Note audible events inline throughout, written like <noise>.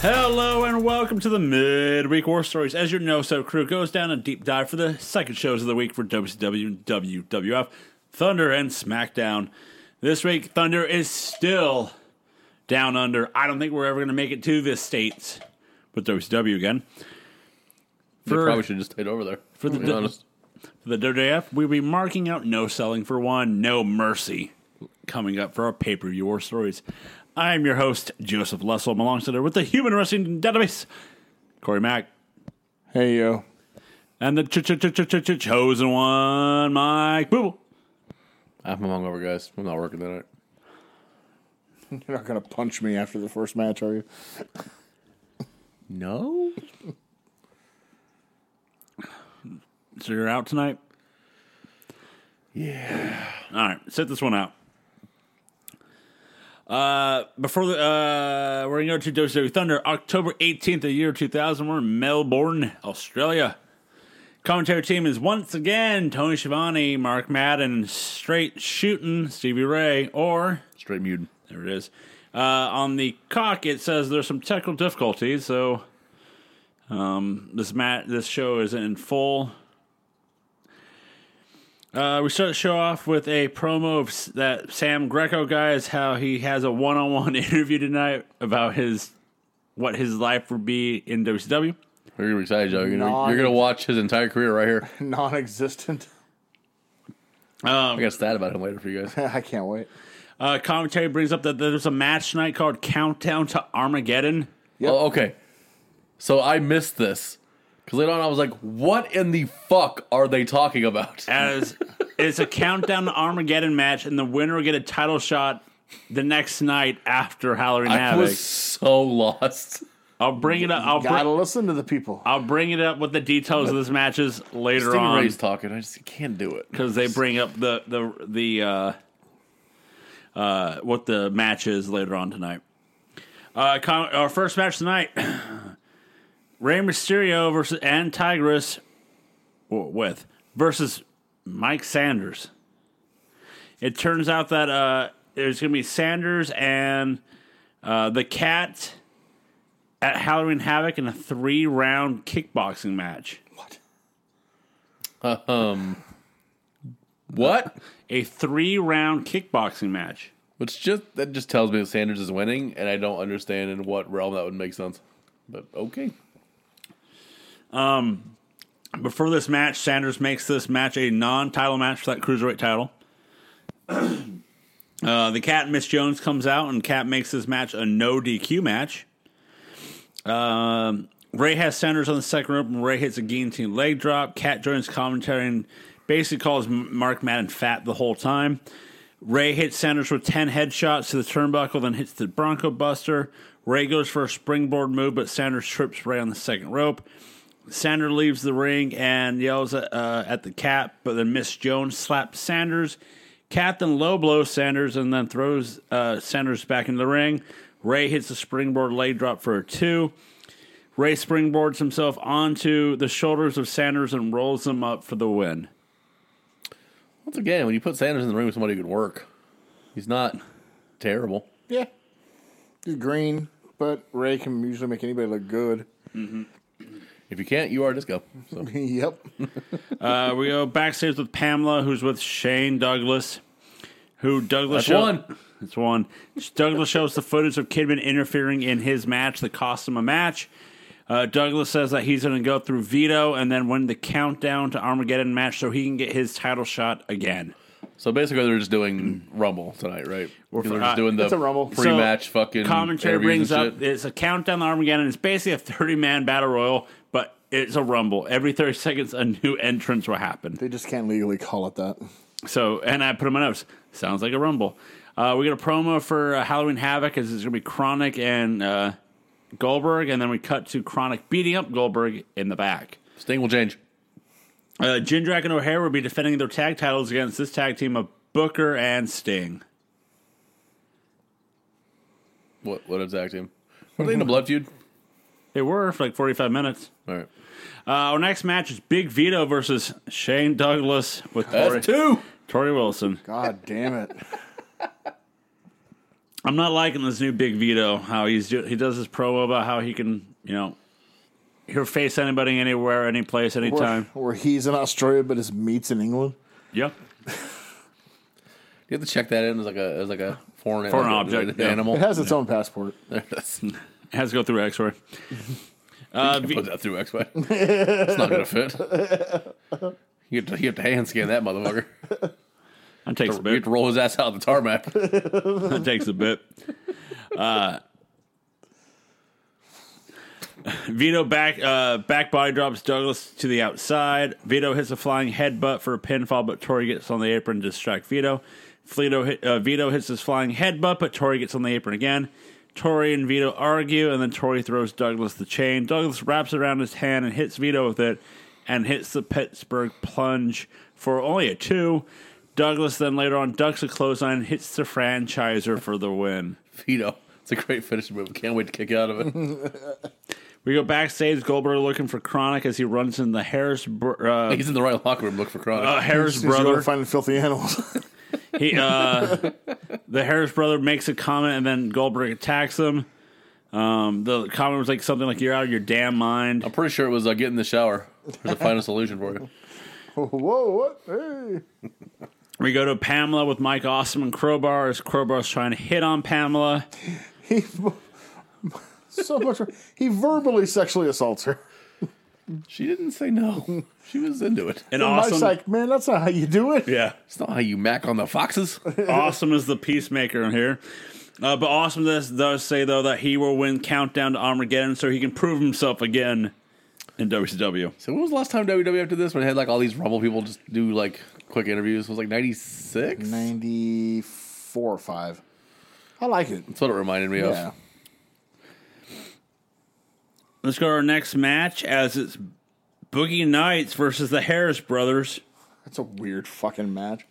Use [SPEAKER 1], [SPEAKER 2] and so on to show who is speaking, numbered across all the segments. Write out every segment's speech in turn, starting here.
[SPEAKER 1] Hello and welcome to the Midweek War Stories. As your No So crew goes down a deep dive for the second shows of the week for WCW and WWF, Thunder and SmackDown. This week, Thunder is still down under. I don't think we're ever going to make it to the States with WCW again.
[SPEAKER 2] They
[SPEAKER 1] For-
[SPEAKER 2] probably should have just stayed over there. For
[SPEAKER 1] the- For the WWF, we'll be marking out No Selling for One, No Mercy coming up for our pay per view war stories. I'm your host, Joseph Lessel. I'm alongside with the Human Wrestling Database, Corey Mack,
[SPEAKER 3] Hey yo,
[SPEAKER 1] and the ch- ch- ch- ch- ch- chosen one, Mike Booble.
[SPEAKER 2] Ah, I'm hungover, guys. I'm not working tonight.
[SPEAKER 3] you're not gonna punch me after the first match, are you?
[SPEAKER 2] No.
[SPEAKER 1] So you're out tonight? Yeah. All right, set this one out. Uh, before the, uh, we're going to go to WWE Thunder, October 18th of the year 2000. We're in Melbourne, Australia. Commentary team is once again Tony Schiavone, Mark Madden, Straight Shooting, Stevie Ray, or
[SPEAKER 2] Straight muted.
[SPEAKER 1] there it is. Uh, on the cock, it says there's some technical difficulties, so um, this mat this show is in full. Uh, we start the show off with a promo of s- that Sam Greco guy is how he has a one-on-one <laughs> interview tonight about his what his life would be in WCW.
[SPEAKER 2] You're gonna be excited, Joe. You're gonna,
[SPEAKER 3] Non-
[SPEAKER 2] you're gonna watch his entire career right here.
[SPEAKER 3] <laughs> Non-existent.
[SPEAKER 2] I got a stat about him later for you guys.
[SPEAKER 3] <laughs> I can't wait.
[SPEAKER 1] Um, Uh, commentary brings up that there's a match tonight called Countdown to Armageddon.
[SPEAKER 2] Oh, okay. So I missed this because later on I was like, "What in the fuck are they talking about?"
[SPEAKER 1] as it's a countdown to Armageddon match, and the winner will get a title shot the next night after Halloween
[SPEAKER 2] <laughs> I
[SPEAKER 1] Havoc.
[SPEAKER 2] was so lost.
[SPEAKER 1] I'll bring it up. I'll, br-
[SPEAKER 3] Gotta listen to the people.
[SPEAKER 1] I'll bring it up with the details of this matches later
[SPEAKER 2] Stevie
[SPEAKER 1] on
[SPEAKER 2] Ray's talking. I just can't do it.
[SPEAKER 1] because they bring up the the the uh, uh, what the match is later on tonight. Uh, com- our first match tonight: <clears throat> Rey Mysterio versus and Tigress or with versus Mike Sanders. It turns out that uh, there's going to be Sanders and uh, the Cat at Halloween Havoc in a three-round kickboxing match.
[SPEAKER 2] What?
[SPEAKER 1] A three-round kickboxing match.
[SPEAKER 2] Which just that just tells me that Sanders is winning, and I don't understand in what realm that would make sense. But okay,
[SPEAKER 1] Before this match, Sanders makes this match a non-title match for that cruiserweight title. <clears throat> uh, the Cat Miss Jones comes out, and Cat makes this match a no DQ match. Um, Ray has Sanders on the second rope, and Ray hits a guillotine leg drop. Cat joins commentary and basically calls M- Mark Madden fat the whole time. Ray hits Sanders with 10 headshots to the turnbuckle, then hits the Bronco Buster. Ray goes for a springboard move, but Sanders trips Ray on the second rope. Sanders leaves the ring and yells at, uh, at the cat, but then Miss Jones slaps Sanders. Cat then low blows Sanders and then throws uh, Sanders back into the ring. Ray hits a springboard leg drop for a two. Ray springboards himself onto the shoulders of Sanders and rolls him up for the win.
[SPEAKER 2] Once again, when you put Sanders in the ring with somebody who can work, he's not terrible.
[SPEAKER 3] yeah, he's green, but Ray can usually make anybody look good.
[SPEAKER 2] If you can't, you are a disco. So
[SPEAKER 3] <laughs> yep.
[SPEAKER 1] Uh, we go backstage with Pamela, who's with Shane Douglas, who Douglas
[SPEAKER 2] That's
[SPEAKER 1] show-
[SPEAKER 2] one.
[SPEAKER 1] It's one. Douglas shows the footage of Kidman interfering in his match that cost him a match. Uh, Douglas says that he's going to go through veto and then win the countdown to Armageddon match so he can get his title shot again.
[SPEAKER 2] so basically, they're just doing Rumble tonight, right? They're
[SPEAKER 1] for-
[SPEAKER 2] just doing the
[SPEAKER 3] It's a Rumble. So,
[SPEAKER 2] pre-match fucking
[SPEAKER 1] Commentary
[SPEAKER 2] interviews
[SPEAKER 1] brings
[SPEAKER 2] and
[SPEAKER 1] up
[SPEAKER 2] shit.
[SPEAKER 1] it's a countdown to Armageddon. It's basically a 30 man battle royal, but it's a rumble. Every 30 seconds, a new entrance will happen.
[SPEAKER 3] They just can't legally call it that.
[SPEAKER 1] So, and I put in my notes. Sounds like a rumble. Uh, we get a promo for uh, Halloween Havoc. As it's going to be Chronic and uh, Goldberg, and then we cut to Chronic beating up Goldberg in the back.
[SPEAKER 2] Sting will change.
[SPEAKER 1] Uh, Jindrak and O'Hare will be defending their tag titles against this tag team of Booker and Sting.
[SPEAKER 2] What what attacked him? Were they in a blood feud?
[SPEAKER 1] They were for like forty-five minutes.
[SPEAKER 2] All right,
[SPEAKER 1] Uh, our next match is Big Vito versus Shane Douglas with
[SPEAKER 2] that's
[SPEAKER 1] Tori,
[SPEAKER 3] <laughs>
[SPEAKER 2] two.
[SPEAKER 1] Tori Wilson.
[SPEAKER 3] God damn it!
[SPEAKER 1] I'm not liking this new Big Vito. How he's do, he does his promo about how he can you know he'll face anybody anywhere, any place,
[SPEAKER 3] Where,
[SPEAKER 1] anytime.
[SPEAKER 3] where he's in Australia, but his meat's in England.
[SPEAKER 1] Yep.
[SPEAKER 2] You have to check that in as like a as like a foreign,
[SPEAKER 1] Foreign
[SPEAKER 2] like a-
[SPEAKER 1] object, yeah.
[SPEAKER 2] animal.
[SPEAKER 1] <laughs>
[SPEAKER 3] It has its own passport.
[SPEAKER 2] There it is.
[SPEAKER 1] It has to go through X-ray. Uh, V-
[SPEAKER 2] Put that through X way. It's not
[SPEAKER 1] <laughs>
[SPEAKER 2] gonna fit. You have to, you have to hand scan that motherfucker.
[SPEAKER 1] that takes a
[SPEAKER 2] You have
[SPEAKER 1] bit.
[SPEAKER 2] to roll his ass out of the tarmac.
[SPEAKER 1] That takes a bit. Uh, Vito back uh, back body drops Douglas to the outside. Vito hits a flying headbutt for a pinfall, but Tori gets on the apron to distract Vito. Flito hit, uh, Vito hits his flying headbutt, but Tori gets on the apron again. Tori and Vito argue, and then Tori throws Douglas the chain. Douglas wraps it around his hand and hits Vito with it, and hits the Pittsburgh plunge for only a two. Douglas then later on ducks a clothesline and hits the franchiser for the win.
[SPEAKER 2] Vito. It's a great finishing move. Can't wait to kick out
[SPEAKER 1] <laughs>
[SPEAKER 2] of it.
[SPEAKER 1] We go backstage. Goldberg looking for Chronic as he runs in the Harris br- uh,
[SPEAKER 2] He's in the right locker room. Look for Chronic.
[SPEAKER 1] uh, Harris
[SPEAKER 3] Since you
[SPEAKER 1] brother.
[SPEAKER 3] to find the filthy animals. <laughs>
[SPEAKER 1] He, uh, the Harris brother makes a comment, and then Goldberg attacks him. Um, the comment was like something like "You're out of your damn mind."
[SPEAKER 2] I'm pretty sure it was uh, get in the shower. There's
[SPEAKER 1] <laughs>
[SPEAKER 2] a final solution for you.
[SPEAKER 3] Whoa! What? Hey!
[SPEAKER 1] We go to Pamela with Mike Awesome and Crowbar as Crowbar's trying to hit on Pamela.
[SPEAKER 3] He <laughs> so much. He verbally sexually assaults her.
[SPEAKER 2] She didn't say no. She was into it.
[SPEAKER 1] And
[SPEAKER 3] And Mike's
[SPEAKER 1] awesome,
[SPEAKER 3] like, man, that's not how you do it.
[SPEAKER 1] yeah,
[SPEAKER 2] It's not how you mac on the foxes.
[SPEAKER 1] awesome is the peacemaker in here. Uh, but awesome does, does say though that he will win Countdown to Armageddon, so he can prove himself again in WCW.
[SPEAKER 2] So when was the last time WWE after this when it had like all these Rumble people just do like quick interviews? It was like 96?
[SPEAKER 3] Ninety four or five. I like it.
[SPEAKER 2] That's what it reminded me
[SPEAKER 3] Yeah.
[SPEAKER 2] of.
[SPEAKER 1] Let's go to our next match as it's Boogie Knights versus the Harris Brothers.
[SPEAKER 3] That's a weird fucking match.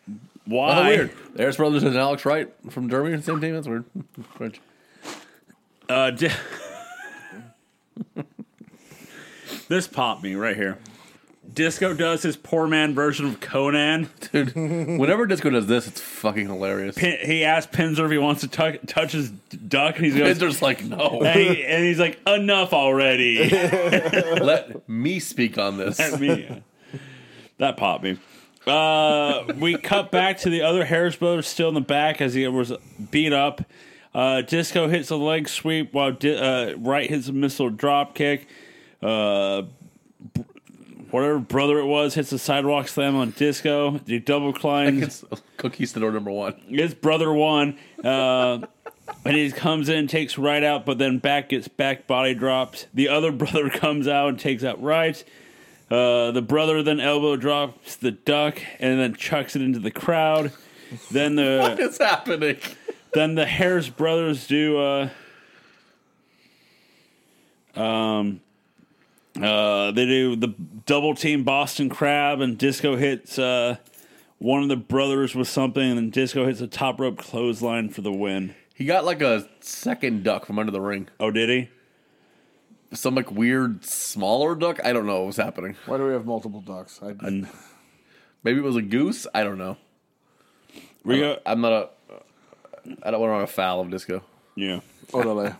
[SPEAKER 1] Why?
[SPEAKER 2] Oh, weird. The Harris Brothers and Alex Wright from Germany are the same team. That's weird. French.
[SPEAKER 1] Uh, di- this popped me right here. Disco does his poor man version of Conan. <laughs>
[SPEAKER 2] Dude, whenever Disco does this, it's fucking hilarious.
[SPEAKER 1] Pin- He asks Pinzer if he wants to tuck touch his duck, and he's
[SPEAKER 2] It's
[SPEAKER 1] goes,
[SPEAKER 2] just like, no,
[SPEAKER 1] <laughs> and, he- and he's like, "Enough already."
[SPEAKER 2] let me speak on this.
[SPEAKER 1] I mean, that popped me. Uh, we cut back to the other Harris brothers still in the back as he was beat up. Uh, Disco hits a leg sweep while di- uh, Wright hits a missile drop kick. Uh, br- whatever brother it was hits a sidewalk slam on Disco. The double <laughs> climb.
[SPEAKER 2] <laughs> It's Conquistador number one.
[SPEAKER 1] His brother won. Uh, and he comes in, takes right out, but then back gets back body dropped. The other <laughs> brother comes out and takes out right. Uh, the brother then elbow drops the duck and then chucks it into the crowd. Then the
[SPEAKER 2] It's happening.
[SPEAKER 1] then the Harris brothers do uh um uh they do the double team Boston Crab and Disco hits uh one of the brothers with something and then Disco hits a top rope clothesline for the win.
[SPEAKER 2] He got like a second duck from under the ring.
[SPEAKER 1] Oh, did he?
[SPEAKER 2] Some like weird smaller duck. I don't know what was happening.
[SPEAKER 3] Why do we have multiple ducks? I,
[SPEAKER 2] Maybe it was a goose. I don't know.
[SPEAKER 1] We go.
[SPEAKER 2] I'm not a. I don't want to run a foul of disco.
[SPEAKER 1] Yeah.
[SPEAKER 3] oh, no, <laughs> they-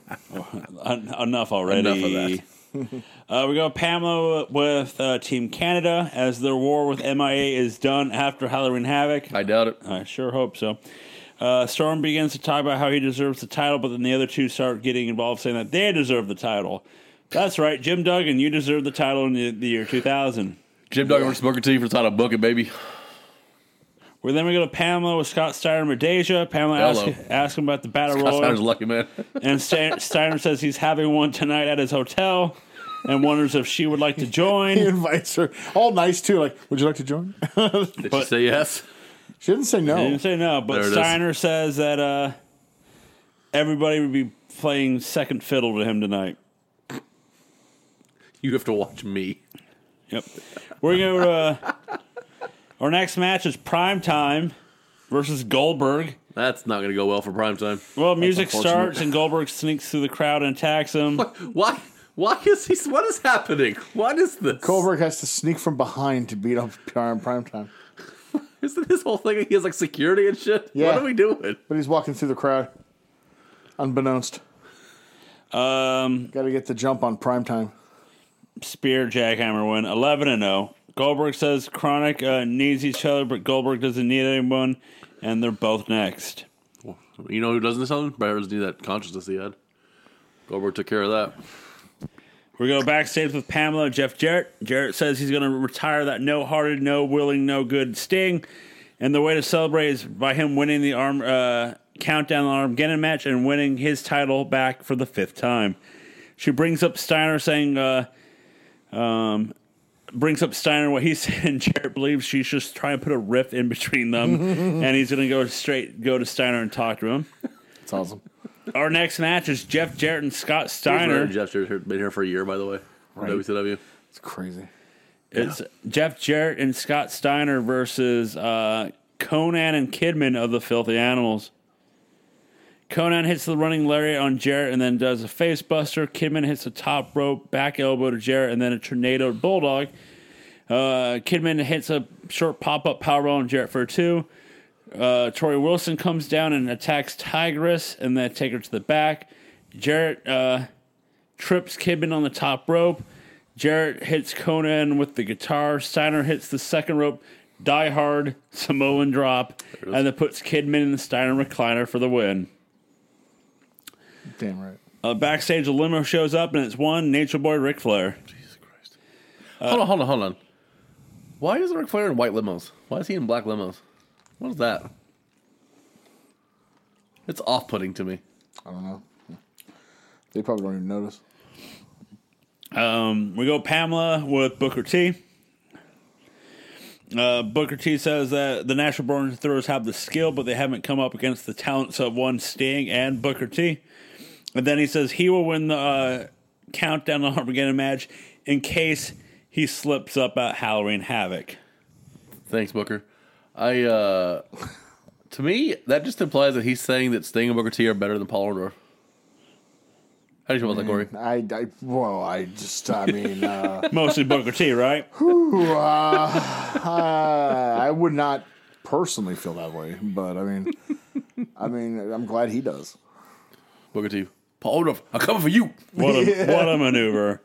[SPEAKER 1] En- enough already.
[SPEAKER 2] Enough
[SPEAKER 1] <laughs> uh, we go Pamela with uh, Team Canada as their war with MIA is done after Halloween Havoc.
[SPEAKER 2] I doubt it.
[SPEAKER 1] I sure hope so. Uh, Storm begins to talk about how he deserves the title, but then the other two start getting involved, saying that they deserve the title. That's right, Jim Duggan, you deserve the title in the, the year 2000.
[SPEAKER 2] Jim Duggan versus Booker T for title booking, baby. <laughs>
[SPEAKER 1] Well, then we go to Pamela with Scott Steiner and Medeja. Pamela asks
[SPEAKER 2] Hello.
[SPEAKER 1] ask him about the battle
[SPEAKER 2] That
[SPEAKER 1] royal.
[SPEAKER 2] sounds lucky, man.
[SPEAKER 1] And Stein- Steiner says he's having one tonight at his hotel and wonders if she would like to
[SPEAKER 3] he
[SPEAKER 1] join.
[SPEAKER 3] invites her. All nice too. Like, would you like to join? <laughs>
[SPEAKER 2] Did you say yes?
[SPEAKER 3] she didn't say
[SPEAKER 1] He
[SPEAKER 3] no.
[SPEAKER 1] didn't say no,
[SPEAKER 2] There
[SPEAKER 1] but
[SPEAKER 2] it is.
[SPEAKER 1] Steiner says that uh, everybody would be playing second fiddle to him tonight.
[SPEAKER 2] You have to watch me.
[SPEAKER 1] Yep. We're going to. Uh, our next match is Prime Time versus Goldberg.
[SPEAKER 2] That's not going to go well for prime time.
[SPEAKER 1] Well, music
[SPEAKER 3] unfortunate.
[SPEAKER 1] starts and Goldberg sneaks through the crowd and attacks him.
[SPEAKER 2] Why? Why is he? What is happening? What is this?
[SPEAKER 3] Goldberg has to sneak from behind to beat up <laughs> prime prime time.
[SPEAKER 2] Isn't this whole thing? He has like security and shit.
[SPEAKER 3] Yeah.
[SPEAKER 2] What are we doing?
[SPEAKER 3] But he's walking through the crowd. Unbeknownst. Um, Got to get the jump on prime time.
[SPEAKER 1] Spear Jackhammer win 11 and 0. Goldberg says Chronic uh, needs each other, but Goldberg doesn't need anyone, and they're both next.
[SPEAKER 2] You know who doesn't need something? Bears need that consciousness he had. Goldberg took care of that.
[SPEAKER 1] We go backstage with Pamela, Jeff Jarrett. Jarrett says he's going to retire that no hearted, no willing, no good Sting. And the way to celebrate is by him winning the arm uh, countdown Armageddon match and winning his title back for the fifth time. She brings up Steiner saying, uh, um, brings up Steiner what he <laughs> said, and Jarrett believes she's just trying to put a rift in between them. and he's going to go straight, go to Steiner and talk to him.
[SPEAKER 3] It's awesome.
[SPEAKER 1] Our next match is Jeff Jarrett and Scott Steiner.
[SPEAKER 2] Jeff Jarrett been here for a year, by the way.
[SPEAKER 3] Right.
[SPEAKER 2] WCW.
[SPEAKER 3] It's crazy.
[SPEAKER 1] It's Jeff Jarrett and Scott Steiner versus uh, Conan and Kidman of the Filthy Animals. Conan hits the running lariat on Jarrett and then does a face buster. Kidman hits a top rope back elbow to Jarrett and then a tornado to bulldog. Uh, Kidman hits a short pop up powerbomb on Jarrett for a two. Uh, Tori Wilson comes down and attacks Tigress and then take her to the back. Jarrett uh, trips Kidman on the top rope. Jarrett hits Conan with the guitar. Steiner hits the second rope, die hard, Samoan drop, and then puts Kidman in the Steiner recliner for the win.
[SPEAKER 3] Damn right.
[SPEAKER 1] Uh, backstage, a limo shows up, and it's one Nature Boy Ric Flair.
[SPEAKER 2] Jesus Christ. Uh, hold on, hold on, hold on. Why is Ric Flair in white limos? Why is he in black limos? What is that? It's off putting to me.
[SPEAKER 3] I don't know. They probably don't even notice.
[SPEAKER 1] Um, we go Pamela with Booker T. Uh, Booker T says that the natural born throwers have the skill, but they haven't come up against the talents of one Sting and Booker T. And then he says he will win the uh, countdown to Armageddon match in case he slips up at Halloween Havoc.
[SPEAKER 2] Thanks, Booker. I uh <laughs> to me, that just implies that he's saying that Sting and Booker T are better than Paul Orndorff. How do you feel about that, Corey?
[SPEAKER 3] I, I well, I just, I mean, uh,
[SPEAKER 1] Mostly Booker T, right?
[SPEAKER 3] uh, I would not personally feel that way, but I mean, I mean, I'm glad he does.
[SPEAKER 2] Booker T. Paul Orndorff, I'm coming for you.
[SPEAKER 1] What a, what a maneuver.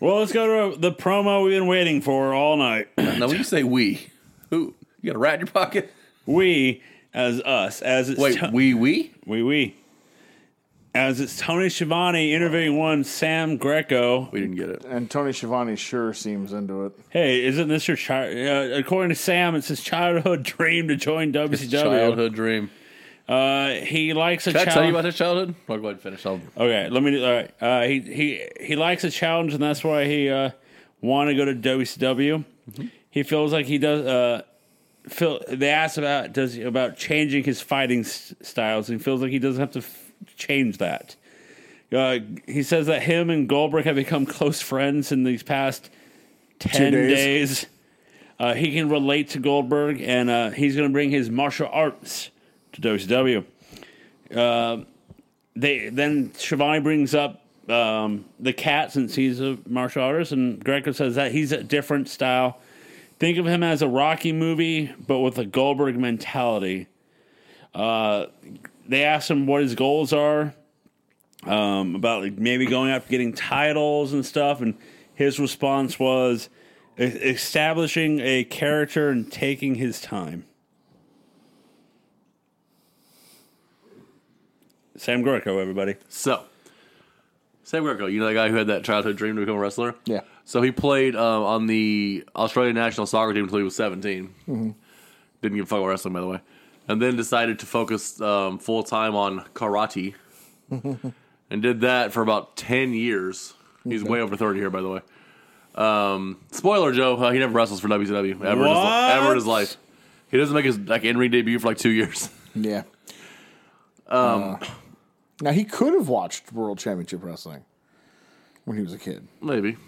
[SPEAKER 1] Well, let's go to the promo we've been waiting for all night.
[SPEAKER 2] Now, when you say we, who? You got a rat in your pocket?
[SPEAKER 1] We, as us, as it's
[SPEAKER 2] Wait,
[SPEAKER 1] to-
[SPEAKER 2] we, we?
[SPEAKER 1] Wee wee. As it's Tony Schiavone interviewing one Sam Greco.
[SPEAKER 2] We didn't get it.
[SPEAKER 3] And Tony Schiavone sure seems into it.
[SPEAKER 1] Hey, isn't this your child? Uh, according to Sam, it's his childhood <laughs> dream to join WCW.
[SPEAKER 2] Childhood dream.
[SPEAKER 1] Uh, he likes a
[SPEAKER 2] Can I tell you about
[SPEAKER 1] challenge.
[SPEAKER 2] his childhood? I'll go ahead and finish. I'll
[SPEAKER 1] Okay, let me. do- All right. Uh, he he he likes a challenge, and that's why he uh, wanted to go to WCW.
[SPEAKER 2] Mm-hmm.
[SPEAKER 1] He feels like he does. Uh, feel they asked about does about changing his fighting s- styles, and he feels like he doesn't have to f- change that. Uh, he says that him and Goldberg have become close friends in these past ten
[SPEAKER 3] days.
[SPEAKER 1] days. Uh, he can relate to Goldberg, and uh, he's going to bring his martial arts to WCW. Uh, they then Shivani brings up um, the cat since he's a martial artist, and Greco says that he's a different style. Think of him as a Rocky movie, but with a Goldberg mentality. Uh, they asked him what his goals are um, about like, maybe going up getting titles and stuff, and his response was "E- establishing a character and taking his time. Sam Greco, everybody.
[SPEAKER 2] So, Sam Greco, you know that guy who had that childhood dream to become a wrestler?
[SPEAKER 3] Yeah.
[SPEAKER 2] So he played um, on the Australian national soccer team until he was 17. Didn't give a fuck about wrestling, by the way. And then decided to focus um, full time on karate and did that for about 10 years. He's way over 30 here, by the way. Um, spoiler, Joe, uh, he never wrestles for WCW ever,
[SPEAKER 1] What?
[SPEAKER 2] In, his, li- ever in his life. He doesn't make his like in ring debut for like two years. <laughs>
[SPEAKER 3] Yeah. Um, now he could have watched World Championship Wrestling when he was a kid,
[SPEAKER 2] Maybe.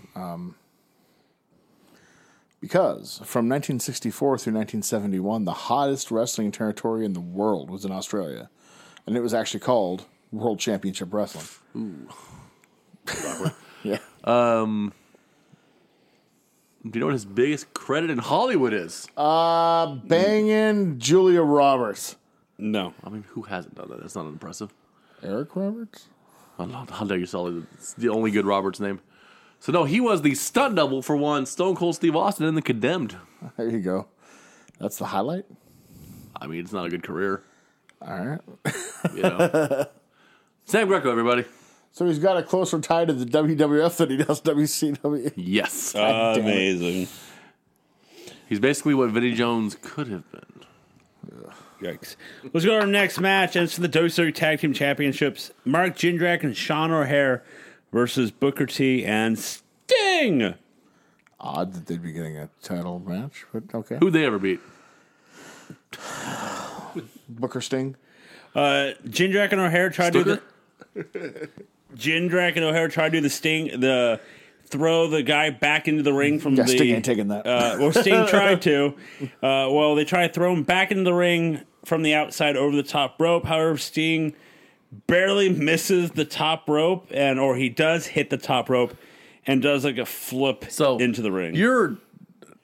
[SPEAKER 3] because from 1964 through 1971, the hottest wrestling territory in the world was in Australia, and it was actually called World Championship Wrestling. <laughs> yeah.
[SPEAKER 2] Do you know what his biggest credit in Hollywood is?
[SPEAKER 3] Uh, banging Julia Roberts.
[SPEAKER 1] No.
[SPEAKER 2] I mean, who hasn't done that? That's not impressive.
[SPEAKER 3] Eric Roberts?
[SPEAKER 2] I love- How dare you sully it's the only good Roberts name? So no, he was the stunt double for one Stone Cold Steve Austin and the Condemned.
[SPEAKER 3] <laughs> There you go. That's the highlight.
[SPEAKER 2] I mean, it's not a good career.
[SPEAKER 3] All right.
[SPEAKER 2] You know. <laughs> Sam Greco, everybody.
[SPEAKER 3] So he's got a closer tie to the WWF than he does WCW.
[SPEAKER 2] Yes,
[SPEAKER 3] God damn it.
[SPEAKER 1] Amazing.
[SPEAKER 2] he's basically what Vinnie Jones could have been.
[SPEAKER 1] Yikes. Let's go to our next match, and it's for the WCW Tag Team Championships. Mark Jindrak and Sean O'Hare versus Booker T and Sting.
[SPEAKER 3] Odd that they'd be getting a title match, but okay.
[SPEAKER 2] Who'd they ever beat?
[SPEAKER 3] Booker Sting.
[SPEAKER 1] Uh, Jindrak and O'Hare tried to do
[SPEAKER 2] Stuka?
[SPEAKER 1] the Jindrak and O'Hare tried to do the Sting the throw the guy back into the ring from
[SPEAKER 3] Yeah,
[SPEAKER 1] the
[SPEAKER 3] Sting ain't taking that.
[SPEAKER 1] Uh, well, Sting tried to. Uh, well, they tried to throw him back into the ring from the outside over the top rope. However, Sting barely misses the top rope, and or he does hit the top rope and does like a flip
[SPEAKER 2] So
[SPEAKER 1] into the ring.
[SPEAKER 2] You're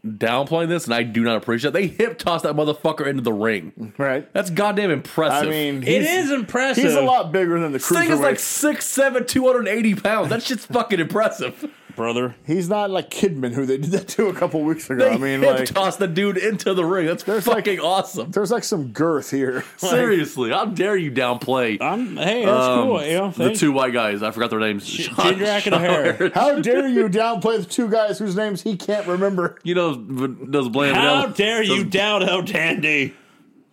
[SPEAKER 2] downplaying this, and I do not appreciate. it. They hip tossed that motherfucker into the ring.
[SPEAKER 3] right.
[SPEAKER 2] That's goddamn
[SPEAKER 3] I
[SPEAKER 2] impressive.
[SPEAKER 3] mean,
[SPEAKER 1] it
[SPEAKER 3] he's,
[SPEAKER 1] is impressive.
[SPEAKER 3] he's a lot bigger than the
[SPEAKER 2] This thing is like
[SPEAKER 3] cruiserweight.
[SPEAKER 2] 6'7", 280 pounds. That shit's fucking impressive.
[SPEAKER 1] brother.
[SPEAKER 3] he's not like Kidman, who they did that to a couple weeks ago.
[SPEAKER 2] <laughs> They
[SPEAKER 3] I mean,
[SPEAKER 2] hip
[SPEAKER 3] like,
[SPEAKER 2] tossed the dude into the ring. That's
[SPEAKER 3] There's
[SPEAKER 1] <laughs>
[SPEAKER 2] fucking awesome.
[SPEAKER 3] there's like some girth here.
[SPEAKER 2] Seriously, how dare you downplay
[SPEAKER 1] I'm hey, that's
[SPEAKER 2] um,
[SPEAKER 1] cool. You know,
[SPEAKER 2] the
[SPEAKER 1] thanks.
[SPEAKER 2] two white guys? I forgot their names. Sean-
[SPEAKER 1] Jindrak
[SPEAKER 2] <laughs>
[SPEAKER 1] and O'Hare.
[SPEAKER 3] How dare you downplay the two guys whose names he can't remember?
[SPEAKER 2] You know, v- does blame
[SPEAKER 1] How
[SPEAKER 2] El-
[SPEAKER 1] dare you
[SPEAKER 2] does-
[SPEAKER 1] doubt El Dandy?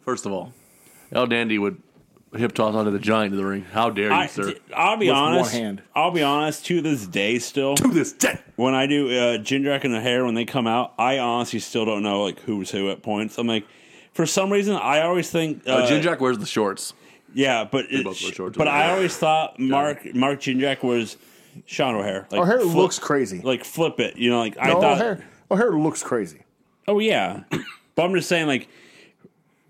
[SPEAKER 2] First of all, El Dandy would hip toss onto the giant in the ring. How dare you,
[SPEAKER 1] I,
[SPEAKER 2] sir?
[SPEAKER 1] I'll be
[SPEAKER 3] With one
[SPEAKER 1] honest.
[SPEAKER 3] hand.
[SPEAKER 1] I'll be honest. To this day, still
[SPEAKER 2] Do this day.
[SPEAKER 1] when I do uh, Jindrak and O'Hare, when they come out, I honestly still don't know like who was who at points. I'm like, for some reason, I always think, uh,
[SPEAKER 2] Uh, Jindrak wears the shorts.
[SPEAKER 1] yeah, but it,
[SPEAKER 2] both were short,
[SPEAKER 1] but
[SPEAKER 2] too.
[SPEAKER 1] I always thought Mark Mark Jindrak was Sean O'Hare. Like,
[SPEAKER 3] O'Hare
[SPEAKER 1] flip-
[SPEAKER 3] looks crazy.
[SPEAKER 1] like flip it, you know. Like I
[SPEAKER 3] No,
[SPEAKER 1] thought,
[SPEAKER 3] O'Hare, O'Hare looks crazy.
[SPEAKER 1] oh yeah, but I'm just saying like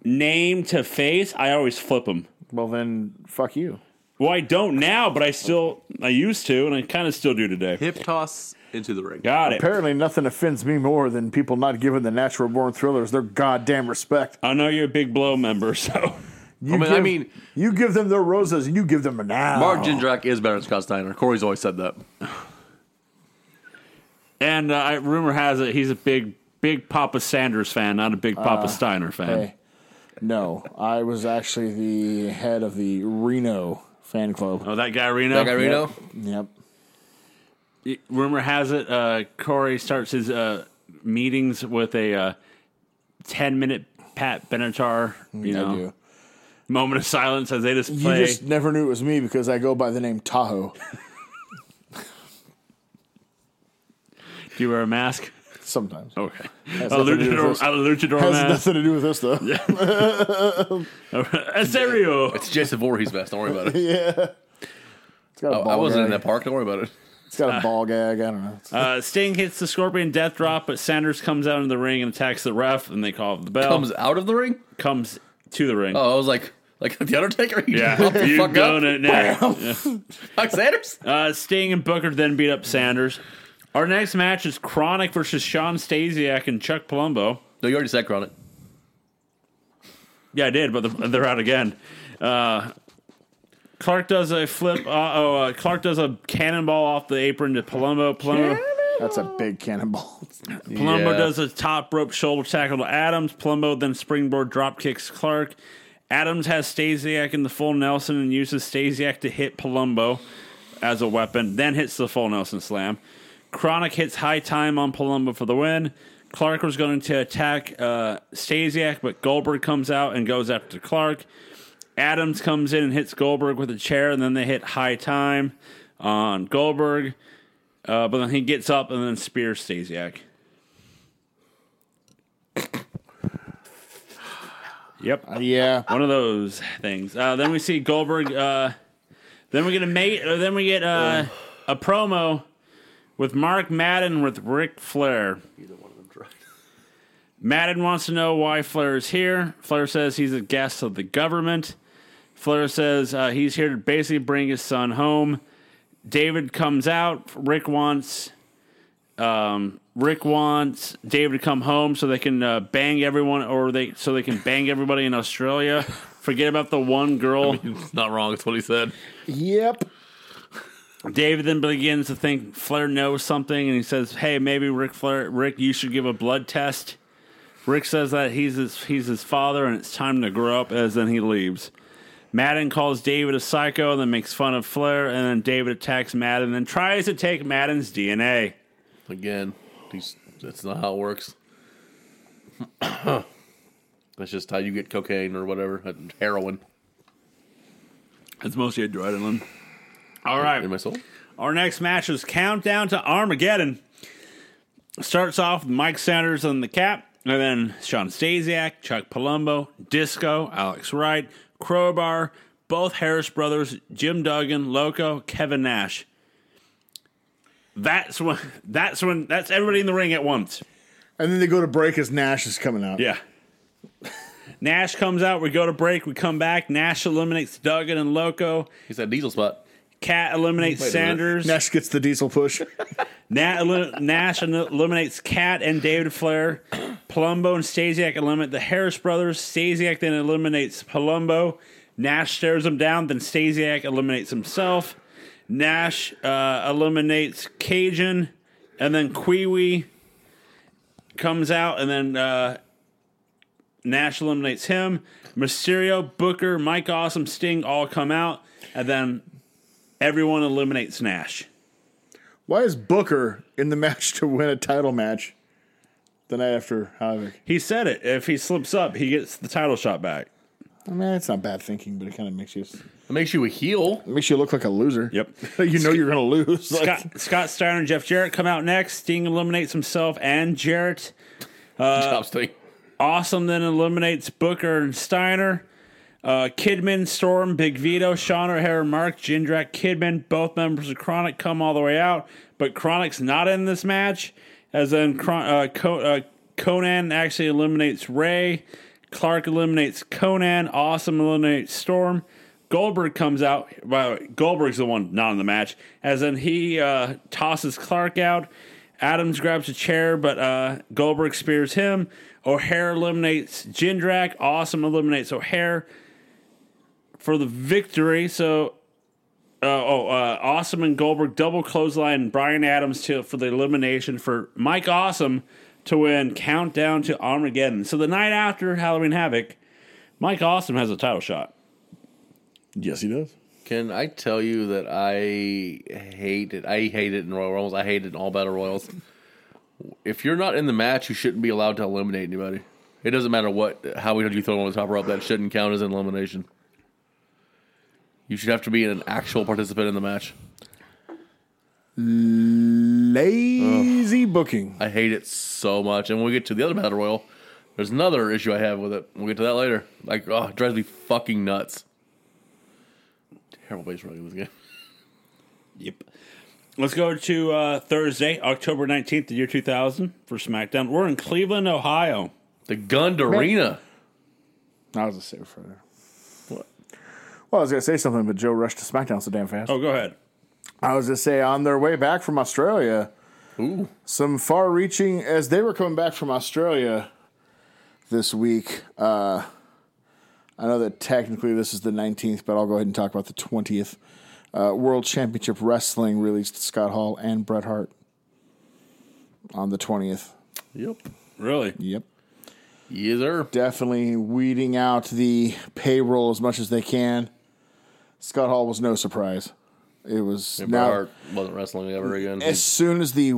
[SPEAKER 1] name to face, I always flip them.
[SPEAKER 3] Well, then fuck you.
[SPEAKER 1] Well, I don't now, but I still I used to, and I kind of still do today.
[SPEAKER 2] Hip toss into the ring.
[SPEAKER 1] Got it.
[SPEAKER 3] Apparently, nothing offends me more than people not giving the natural born thrillers their goddamn respect.
[SPEAKER 1] I know you're a big blow member, <laughs> so
[SPEAKER 3] You
[SPEAKER 2] I mean- I
[SPEAKER 3] give,
[SPEAKER 2] mean-
[SPEAKER 3] you give them their roses and you give them a now.
[SPEAKER 2] Mark Jindrak is better than Scott Steiner. Corey's always said that.
[SPEAKER 1] And uh, I- rumor has it he's a big, big Papa Sanders fan, not a big Papa Steiner fan.
[SPEAKER 3] Ah, Hey, no, I was actually the head of the Reno fan club.
[SPEAKER 1] Oh, that guy Reno.
[SPEAKER 2] Reno?
[SPEAKER 3] Yep.
[SPEAKER 1] Y- Rumor has it uh, Corey starts his uh, meetings with a uh, ten-minute Pat Benatar, you
[SPEAKER 3] Mm, I
[SPEAKER 1] know,
[SPEAKER 3] do.
[SPEAKER 1] moment of silence as they just
[SPEAKER 3] You
[SPEAKER 1] play.
[SPEAKER 3] just never knew it was me because I go by the name Tahoe.
[SPEAKER 1] Do you wear a mask?
[SPEAKER 3] Sometimes
[SPEAKER 1] Okay, a
[SPEAKER 3] <laughs> Has nothing to do
[SPEAKER 1] luchador,
[SPEAKER 3] with this.
[SPEAKER 1] a luchador
[SPEAKER 3] has
[SPEAKER 1] mask,
[SPEAKER 3] nothing to do with this though.
[SPEAKER 1] <laughs> a stereo.
[SPEAKER 2] It's Jason Voorhees' best. Don't
[SPEAKER 1] <laughs>
[SPEAKER 2] worry about it.
[SPEAKER 3] It's
[SPEAKER 2] Oh,
[SPEAKER 3] got a ball gag.
[SPEAKER 2] park. Don't worry about it.
[SPEAKER 3] It's got a ball gag. I don't know. It's-
[SPEAKER 1] Uh, Sting hits the Scorpion Death Drop, but Sanders comes out into the ring and attacks the ref, and they call the bell. Comes,
[SPEAKER 2] out of the ring?
[SPEAKER 1] to the ring.
[SPEAKER 2] I was like, like <laughs> The Undertaker? He
[SPEAKER 1] yeah, you've done it now.
[SPEAKER 2] Fuck Sanders?
[SPEAKER 1] Uh, Sting and Booker then beat up Sanders. Our next match is Chronic versus Sean Stasiak and Chuck Palumbo.
[SPEAKER 2] No, you already said Chronic.
[SPEAKER 1] Yeah, I did, but the- they're out again. Uh, Clark does a flip. Uh, oh, uh, Clark does a cannonball off the apron to Palumbo. Palumbo,
[SPEAKER 3] That's a big cannonball.
[SPEAKER 1] Palumbo
[SPEAKER 2] Yeah.
[SPEAKER 1] does a top rope shoulder tackle to Adams. Palumbo then springboard drop kicks Clark. Adams has Stasiak in the full Nelson and uses Stasiak to hit Palumbo as a weapon, then hits the full Nelson slam. Chronic hits high time on Palumbo for the win. Clark was going to attack uh, Stasiak, but Goldberg comes out and goes after Clark. Adams comes in and hits Goldberg with a chair, and then they hit high time on Goldberg. Uh, but then he gets up and then spears Stasiak. Yep.
[SPEAKER 3] Yeah.
[SPEAKER 1] One of those things. Uh, then we see Goldberg. Uh, then we get a mate. Or then we get uh, a promo with Mark Madden with Ric Flair.
[SPEAKER 2] Either one of them tried.
[SPEAKER 1] Madden wants to know why Flair is here. Flair says he's a guest of the government. Flair says uh, he's here to basically bring his son home. David comes out. Rick wants. Um, Rick wants
[SPEAKER 2] <laughs>
[SPEAKER 1] David to come home so they can uh, bang everyone, or they so they can bang everybody in Australia Forget about the one girl.
[SPEAKER 2] It's not wrong. It's what he said.
[SPEAKER 3] Yep.
[SPEAKER 1] David then begins to think Flair knows something, and he says, "Hey, maybe Rick Flair, Rick, you should give a blood test." Rick says that he's his, he's his father, and it's time to grow up. As then he leaves. Madden calls David a psycho, and then makes fun of Flair, and then David attacks Madden, and then tries to take Madden's DNA.
[SPEAKER 2] Again, he's, that's not how it works. <clears throat> that's just how you get cocaine or whatever, <laughs> uh, heroin
[SPEAKER 1] It's mostly adrenaline. All right,
[SPEAKER 2] in my soul.
[SPEAKER 1] Our next match is Countdown to Armageddon. Starts off with Mike Sanders on the cap, and then Sean Stasiak, Chuck Palumbo, Disco, Alex Wright, Crowbar, both Harris brothers, Jim Duggan, Loco, Kevin Nash. That's when. That's when. That's everybody in the ring at once.
[SPEAKER 3] And then they go to break as Nash is coming out.
[SPEAKER 1] Yeah. Nash comes out. We go to break. We come back. Nash eliminates Duggan and Loco.
[SPEAKER 2] He's that diesel spot.
[SPEAKER 1] Cat eliminates
[SPEAKER 2] Wait a minute.
[SPEAKER 1] Sanders.
[SPEAKER 3] Nash gets the diesel push.
[SPEAKER 1] Nat elim- Nash eliminates Cat and David Flair. Palumbo and Stasiak eliminate the Harris brothers. Stasiak then eliminates Palumbo. Nash stares him down. Then Stasiak eliminates himself. Nash uh, eliminates Cajun, and then Kiwi comes out, and then uh, Nash eliminates him. Mysterio, Booker, Mike Awesome, Sting all come out, and then everyone eliminates Nash.
[SPEAKER 3] <laughs> Why is Booker in the match to win a title match the night after Havoc?
[SPEAKER 1] He said it. If he slips up, he gets the title shot back.
[SPEAKER 3] I mean, it's not bad thinking, but it kind of makes you
[SPEAKER 2] It makes you a heel.
[SPEAKER 3] it makes you look like a loser.
[SPEAKER 1] Yep.
[SPEAKER 3] <laughs> you know you're gonna lose. Like,
[SPEAKER 1] Scott, Scott Steiner and Jeff Jarrett come out next. Sting eliminates himself and Jarrett.
[SPEAKER 2] <laughs> Top sting.
[SPEAKER 1] Awesome then eliminates Booker and Steiner. Uh, Kidman, Storm, Big Vito, Sean O'Hara, Mark, Jindrak, Kidman, both members of Chronic come all the way out, but Chronic's not in this match. As then Chron- uh, Co- uh, Conan actually eliminates Ray, Clark eliminates Conan, Awesome eliminates Storm. Goldberg comes out. Well, Goldberg's the one not in the match. As then he uh, tosses Clark out. Adams grabs a chair, but uh, Goldberg spears him. O'Hare eliminates Jindrak. Awesome eliminates O'Hare for the victory. So, uh, oh, uh, Awesome and Goldberg double clothesline Brian Adams to for the elimination for Mike Awesome to win Countdown to Armageddon. So the night after Halloween Havoc, Mike Awesome has a title shot.
[SPEAKER 3] yes, he does.
[SPEAKER 2] Can I tell you that I hate it? I hate it in Royal Rumbles. I hate it in all Battle Royals. If you're not in the match, you shouldn't be allowed to eliminate anybody. It doesn't matter what how we you throw them on the top rope. That shouldn't count as an elimination. You should have to be an actual participant in the match.
[SPEAKER 3] Lazy booking.
[SPEAKER 2] I hate it so much. And when we get to the other battle royal, there's another issue I have with it. We'll get to that later. Like, oh, it drives me fucking nuts. Terrible base running this game.
[SPEAKER 1] Yep. Let's go to uh, Thursday, October 19th, the year 2000 for SmackDown. We're in Cleveland, Ohio.
[SPEAKER 2] The Gund Arena.
[SPEAKER 3] I was a save for there. Well, I was gonna say something, but Joe rushed to SmackDown so damn fast.
[SPEAKER 1] Oh, go ahead.
[SPEAKER 3] I was gonna say on their way back from Australia,
[SPEAKER 2] Ooh.
[SPEAKER 3] some far-reaching as they were coming back from Australia this week. Uh, I know that technically this is the 19th, but I'll go ahead and talk about the 20th. Uh, World Championship Wrestling released Scott Hall and Bret Hart on the 20th.
[SPEAKER 2] Yep.
[SPEAKER 1] Really?
[SPEAKER 3] Yep.
[SPEAKER 2] Yes, sir.
[SPEAKER 3] Definitely weeding out the payroll as much as they can. Scott Hall was no surprise. It was
[SPEAKER 2] And
[SPEAKER 3] now-
[SPEAKER 2] Bret Hart wasn't wrestling ever again.
[SPEAKER 3] as soon as the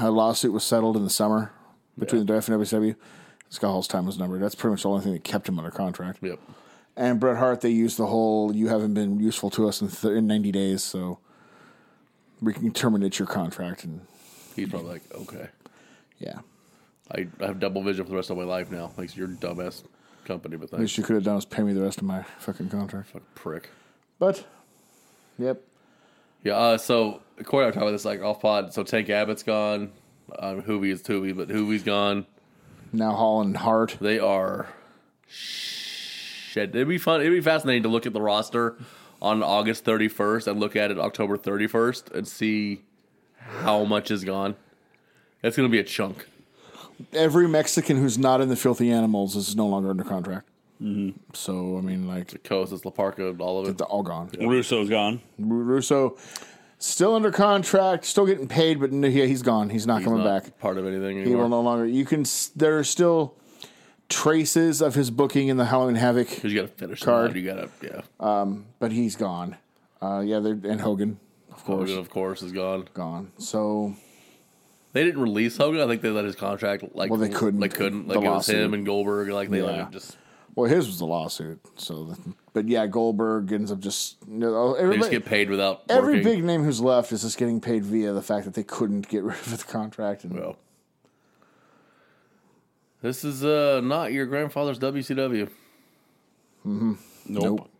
[SPEAKER 3] uh, lawsuit was settled in the summer between the WWF and WCW, Scott Hall's time was numbered. That's pretty much the only thing that kept him under contract.
[SPEAKER 2] yep.
[SPEAKER 3] And Bret Hart, they used the whole "you haven't been useful to us in, th- in ninety days, so we can terminate your contract." And
[SPEAKER 2] He's probably like, okay.
[SPEAKER 3] yeah, at
[SPEAKER 2] I, I have double vision for the rest of my life now. Like, your dumbass company, but thanks.
[SPEAKER 3] least you could have done is pay me the rest of my fucking contract.
[SPEAKER 2] Fuck prick.
[SPEAKER 3] But yep,
[SPEAKER 2] Yeah, uh, so Corey, I was talking about this like off pod. So Tank Abbott's gone. Um, Hoovy is Hoovy, but Hoovy's gone.
[SPEAKER 3] now Hall and Hart.
[SPEAKER 2] They are shit. It'd be fun. It'd be fascinating to look at the roster on August 31st and look at it October 31st and see how much is gone. That's gonna be a chunk.
[SPEAKER 3] Every Mexican who's not in the Filthy Animals is no longer under contract. So I mean, like
[SPEAKER 2] Kosas, Laparca, all of it.
[SPEAKER 3] they're all gone.
[SPEAKER 1] Russo's gone.
[SPEAKER 3] Russo still under contract, still getting paid, but no, yeah, he's gone. He's not
[SPEAKER 2] He's
[SPEAKER 3] coming
[SPEAKER 2] not
[SPEAKER 3] back.
[SPEAKER 2] Part of anything.
[SPEAKER 3] He will
[SPEAKER 2] Anymore.
[SPEAKER 3] no longer. You can. s- There are still traces of his booking in the Halloween Havoc,
[SPEAKER 2] 'Cause you got to finish
[SPEAKER 3] Card.
[SPEAKER 2] Card. You got to yeah.
[SPEAKER 3] but he's gone. Uh, yeah, they're, and Hogan, of course,
[SPEAKER 2] Hogan, of course, is gone.
[SPEAKER 3] gone. So
[SPEAKER 2] They didn't release Hogan. I think they let his contract like
[SPEAKER 3] Well, they couldn't.
[SPEAKER 2] Like couldn't
[SPEAKER 3] The
[SPEAKER 2] like it was
[SPEAKER 3] lawsuit.
[SPEAKER 2] him and Goldberg. Like they let
[SPEAKER 3] Yeah.
[SPEAKER 2] him just
[SPEAKER 3] well, his was the lawsuit. So, the, but yeah, Goldberg ends up just you know, oh,
[SPEAKER 2] they just
[SPEAKER 3] everybody.
[SPEAKER 2] get paid without
[SPEAKER 3] Every
[SPEAKER 2] working.
[SPEAKER 3] big name who's left is just getting paid via the fact that they couldn't get <laughs> rid of the contract. And
[SPEAKER 2] Well, this is uh not your grandfather's WCW.
[SPEAKER 1] Nope.
[SPEAKER 3] Nope.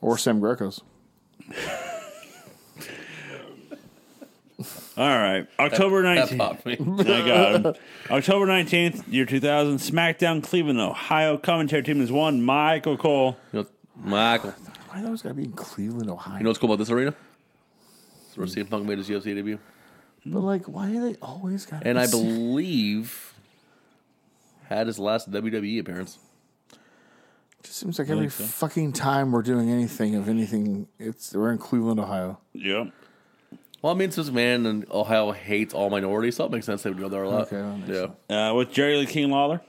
[SPEAKER 3] Or Sam Greco's.
[SPEAKER 1] All right. October
[SPEAKER 2] That
[SPEAKER 1] 19th.
[SPEAKER 3] <laughs>
[SPEAKER 2] popped me.
[SPEAKER 1] I got him. October 19th, year 2000, SmackDown Cleveland, Ohio. Commentary team is one, Michael Cole.
[SPEAKER 2] You know, Michael, you
[SPEAKER 3] Why those got to be in Cleveland, Ohio?
[SPEAKER 2] know what's cool about this arena? It's where CM Punk made his UFC debut,
[SPEAKER 3] but like, why do they always got?
[SPEAKER 2] and I believe had his last WWE appearance.
[SPEAKER 3] It just seems like every fucking time we're doing anything of anything, it's we're in Cleveland, Ohio.
[SPEAKER 1] Yep.
[SPEAKER 2] Well, I mean, since man in Ohio hates all minorities, so it makes sense they would go there a lot.
[SPEAKER 3] Okay, that makes
[SPEAKER 2] yeah.
[SPEAKER 3] sense.
[SPEAKER 1] Uh, with Jerry Lee King Lawler.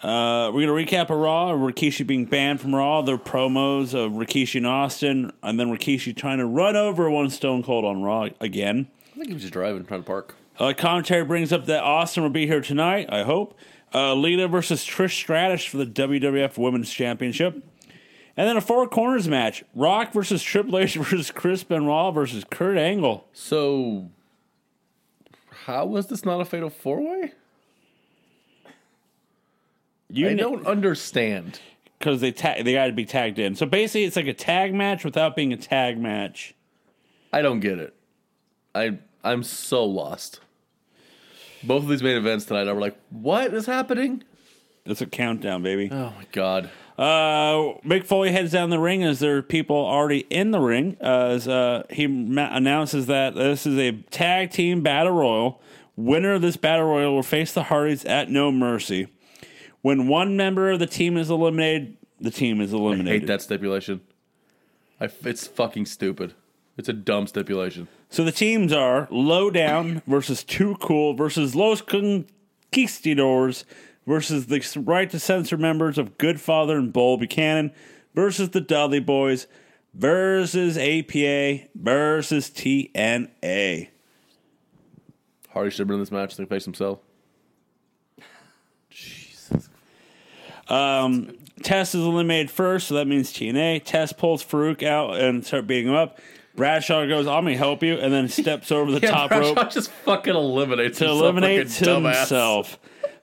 [SPEAKER 1] Uh, we're going to recap a Raw, Rikishi being banned from Raw, their promos of Rikishi and Austin, and then Rikishi trying to run over one Stone Cold on Raw again.
[SPEAKER 2] I think he was just driving, trying to park.
[SPEAKER 1] Uh, commentary brings up that Austin will be here tonight, I hope. Uh, Lita versus Trish Stratus for the WWF Women's Championship. And then a Four Corners match Rock versus Triple H <laughs> versus Chris Benoit versus Kurt Angle.
[SPEAKER 2] So, how was this not a fatal four way?
[SPEAKER 1] You
[SPEAKER 2] I don't understand.
[SPEAKER 1] Because they, ta- they got to be tagged in. So basically, it's like a tag match without being a tag match.
[SPEAKER 2] I don't get it. I I'm so lost. Both of these main events tonight, I were like, "What is happening?"
[SPEAKER 1] It's a countdown, baby.
[SPEAKER 2] Oh my god!
[SPEAKER 1] Uh, Mick Foley heads down the ring as there are people already in the ring. As uh, he ma- announces that this is a tag team battle royal. Winner of this battle royal will face the Hardys at No Mercy. When one member of the team is eliminated, the team is
[SPEAKER 2] I hate
[SPEAKER 1] eliminated.
[SPEAKER 2] that stipulation. I f it's fucking stupid. It's a dumb stipulation.
[SPEAKER 1] So the teams are Lowdown versus Too Cool versus Los Conquistadors versus the Right to Censor members of Goodfather and Bull Buchanan versus the Dudley Boys versus APA versus TNA.
[SPEAKER 2] Hardy should have been in this match. They faced himself.
[SPEAKER 1] Um, Tess is eliminated first, so that means TNA. Tess pulls Farouk out and start beating him up. Bradshaw goes, "I'm gonna help you," and then steps over the top rope.
[SPEAKER 2] Bradshaw just fucking eliminates
[SPEAKER 1] to
[SPEAKER 2] himself,
[SPEAKER 1] eliminate
[SPEAKER 2] fucking dumbass.
[SPEAKER 1] himself.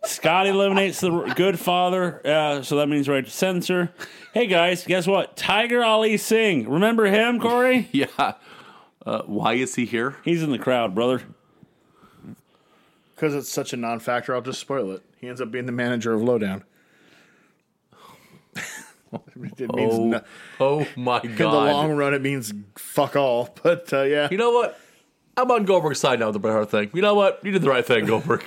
[SPEAKER 1] Scott eliminates the good father, uh, so that means right to censor. Hey guys, guess what? Tiger Ali Singh. Remember him,
[SPEAKER 2] <laughs>
[SPEAKER 1] Corey?
[SPEAKER 2] Yeah. Uh, why is he here?
[SPEAKER 1] He's in the crowd, brother.
[SPEAKER 3] Because it's such a non-factor, I'll just spoil it. He ends up being the manager of Lowdown. <laughs> it means
[SPEAKER 2] Oh,
[SPEAKER 3] no-
[SPEAKER 2] oh <laughs> my god!
[SPEAKER 3] in the long run, it means fuck all. <laughs> But uh, yeah,
[SPEAKER 2] You know what? I'm on Goldberg's side now with the Bret Hart thing. You know what? You did the right thing, <laughs> Goldberg.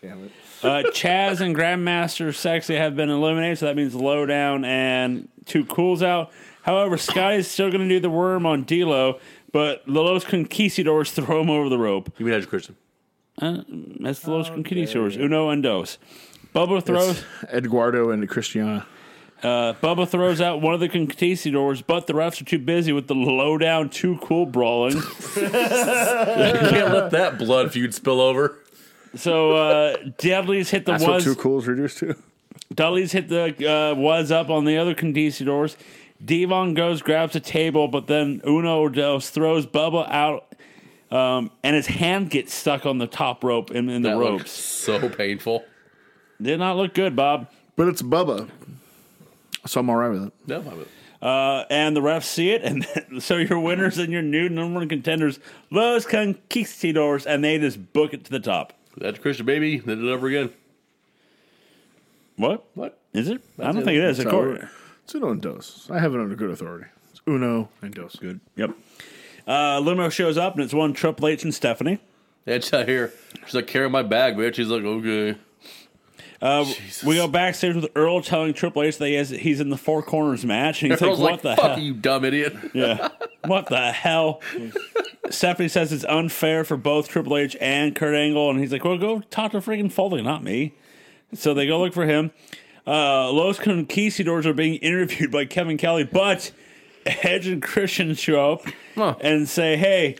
[SPEAKER 3] damn it.
[SPEAKER 1] Uh, Chaz and Grandmaster Sexy have been eliminated, so that means Lowdown and Two Cools out. However, Scott is still going to do the worm on D'Lo, but the Los Conquistadors <laughs> throw him over the rope.
[SPEAKER 2] you mean Edge Christian?
[SPEAKER 1] That's the Los Conquistadors. Uno and dos. Bubba throws.
[SPEAKER 3] Eduardo and Christiana.
[SPEAKER 1] Uh, Bubba throws out one of the conquistadors, but the refs are too busy with the lowdown, too cool brawling.
[SPEAKER 2] Can't let that blood feud spill over.
[SPEAKER 1] So uh, Dudley's hit the
[SPEAKER 3] That's
[SPEAKER 1] was
[SPEAKER 3] what Two Cool is reduced to.
[SPEAKER 1] Dudley's hit the uh, was up on the other conquistadors. Devon goes grabs a table, but then Uno or Dos throws Bubba out, um, and his hand gets stuck on the top rope and in the
[SPEAKER 2] That looked
[SPEAKER 1] ropes.
[SPEAKER 2] so painful.
[SPEAKER 1] Did not look good, Bob.
[SPEAKER 3] But it's Bubba, so I'm all right with it.
[SPEAKER 2] No, I'm a-
[SPEAKER 1] Uh, and the refs see it, and <laughs> so your winners and your new number one contenders, Los Conquistadors, and they just book it to the top.
[SPEAKER 2] that's Christian, baby. They did it over again.
[SPEAKER 1] What?
[SPEAKER 2] What?
[SPEAKER 1] Is it? I
[SPEAKER 2] That's
[SPEAKER 1] don't
[SPEAKER 2] it.
[SPEAKER 1] think it is. Of course.
[SPEAKER 3] It's Uno and Dos. I have it under good authority. It's Uno and Dos. Good.
[SPEAKER 1] Yep. Uh, limo shows up and it's one Triple H and Stephanie.
[SPEAKER 2] Edge out here. She's like, carry my bag, bitch. She's like, okay.
[SPEAKER 1] Uh, we go backstage with Earl telling Triple H that he has, he's in the Four Corners match, and he's
[SPEAKER 2] <laughs> Earl's
[SPEAKER 1] like,
[SPEAKER 2] like,
[SPEAKER 1] "What the
[SPEAKER 2] fuck
[SPEAKER 1] hell?
[SPEAKER 2] you, dumb idiot.
[SPEAKER 1] Yeah. <laughs> What the hell? Stephanie says it's unfair for both Triple H and Kurt Angle, and he's like, "Well, go talk to freaking Foley, not me." So they go look for him. Uh, Los Conquistadors are being interviewed by Kevin Kelly, but Edge and Christian show up
[SPEAKER 2] Huh.
[SPEAKER 1] and say, "Hey."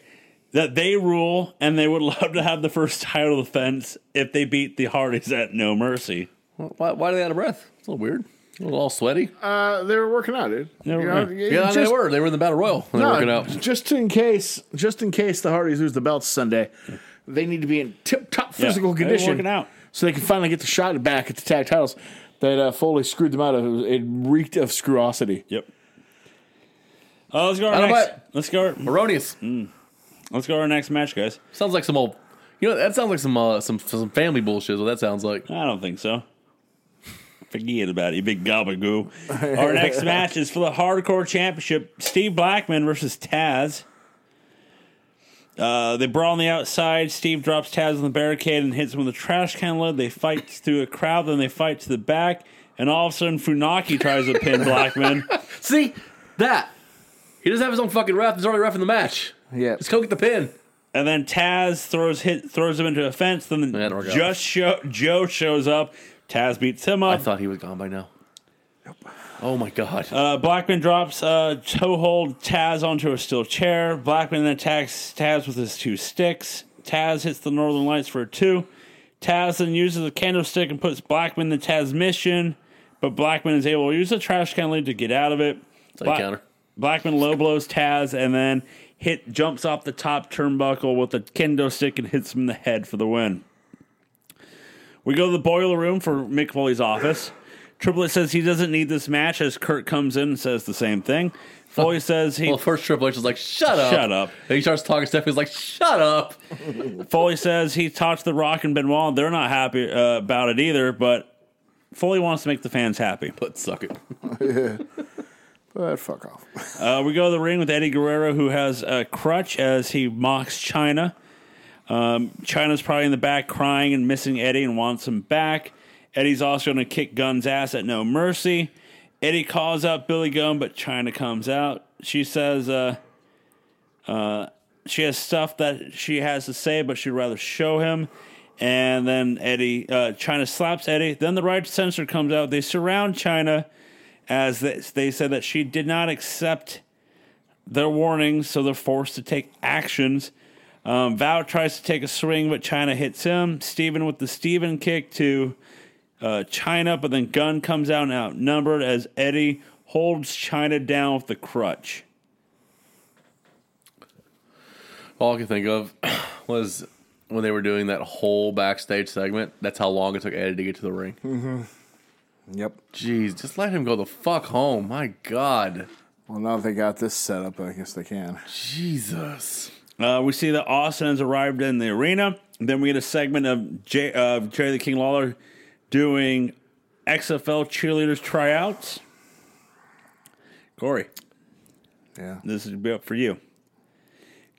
[SPEAKER 1] That they rule and they would <laughs> love to have the first title defense if they beat the Hardys at No Mercy.
[SPEAKER 2] Why, why are they out of breath? It's a little weird. A little all sweaty.
[SPEAKER 3] Uh, they were working out, dude.
[SPEAKER 1] They were
[SPEAKER 3] You
[SPEAKER 1] working
[SPEAKER 2] yeah, they
[SPEAKER 3] just-
[SPEAKER 2] were. They were in the battle royal. They were
[SPEAKER 3] no,
[SPEAKER 2] working out.
[SPEAKER 3] Just in case, just in case the Hardys lose the belts Sunday, they need to be in tip-top
[SPEAKER 1] Yeah.
[SPEAKER 3] physical
[SPEAKER 1] They were
[SPEAKER 3] condition,
[SPEAKER 1] working out.
[SPEAKER 3] so they can finally get the shot back at the tag titles that uh, Foley screwed them out of. It, was- it reeked of screwosity.
[SPEAKER 1] Yep. Uh, let's go to our
[SPEAKER 2] Dynamite.
[SPEAKER 1] next. Let's go.
[SPEAKER 2] Erroneous.
[SPEAKER 1] Let's go to our next match, guys.
[SPEAKER 2] Sounds like some old. You know that sounds like some uh, some some family bullshit. Is what that sounds like.
[SPEAKER 1] I don't think so. Forget about it, you big gobagoo. Our next match is for the Hardcore Championship Steve Blackman versus Taz. Uh, they brawl on the outside. Steve drops Taz on the barricade and hits him with a trash can lid. They fight through a crowd, then they fight to the back. And all of a sudden, Funaki tries to pin Blackman.
[SPEAKER 2] See that he doesn't have his own fucking ref. He's already ref in the match.
[SPEAKER 3] Yeah,
[SPEAKER 2] Let's go get the pin.
[SPEAKER 1] And then Taz throws hit throws him into a fence. Then
[SPEAKER 2] That'd work out.
[SPEAKER 1] just show, Joe shows up. Taz beats him
[SPEAKER 2] I
[SPEAKER 1] up.
[SPEAKER 2] thought he was gone by now. Oh my god.
[SPEAKER 1] Uh, Blackman drops uh, toehold Taz onto a steel chair. Blackman then attacks Taz with his two sticks. Taz hits the Northern Lights for a two. Taz then uses a candlestick and puts Blackman in Taz's mission, but Blackman is able to use the trash can lid to get out of it.
[SPEAKER 2] Side
[SPEAKER 1] Black-
[SPEAKER 2] counter.
[SPEAKER 1] Blackman low blows Taz and then hit jumps off the top turnbuckle with a kendo stick and hits him in the head for the win. We go to the boiler room for Mick Foley's office. Triple H says he doesn't need this match as Kurt comes in and says the same thing. Foley says he
[SPEAKER 2] well, first Triple H is like, "Shut up."
[SPEAKER 1] Shut up.
[SPEAKER 2] And he starts talking. Stephanie's like, "Shut up."
[SPEAKER 1] Foley says he talked to The Rock and Benoit. and They're not happy uh, about it either, but Foley wants to make the fans happy.
[SPEAKER 2] But suck it.
[SPEAKER 3] but fuck off.
[SPEAKER 1] Uh, we go to the ring with Eddie Guerrero, who has a crutch as he mocks China. Um, China's probably in the back crying and missing Eddie and wants him back. Eddie's also going to kick Gun's ass at No Mercy. Eddie calls out Billy Gunn, but China comes out. She says uh, uh, she has stuff that she has to say, but she'd rather show him. And then Eddie, uh, China slaps Eddie. Then the right censor comes out. They surround China as they, they said that she did not accept their warnings, so they're forced to take actions. Um, Vow tries to take a swing, but China hits him. Steven with the Steven kick to uh, China, but then Gunn comes out and outnumbered as Eddie holds China down with the crutch.
[SPEAKER 2] All I could think of <clears throat> was when they were doing that whole backstage segment. That's how long it took Eddie to get to the ring.
[SPEAKER 3] <laughs> Yep.
[SPEAKER 2] Jeez, just let him go the fuck home. My God,
[SPEAKER 3] Well, now that they got this set up, I guess they can.
[SPEAKER 2] Jesus.
[SPEAKER 1] Uh, we see that Austin has arrived in the arena. Then we get a segment of Jay, of Jerry the King Lawler doing XFL cheerleaders tryouts. Corey.
[SPEAKER 3] Yeah,
[SPEAKER 1] This would be up for you.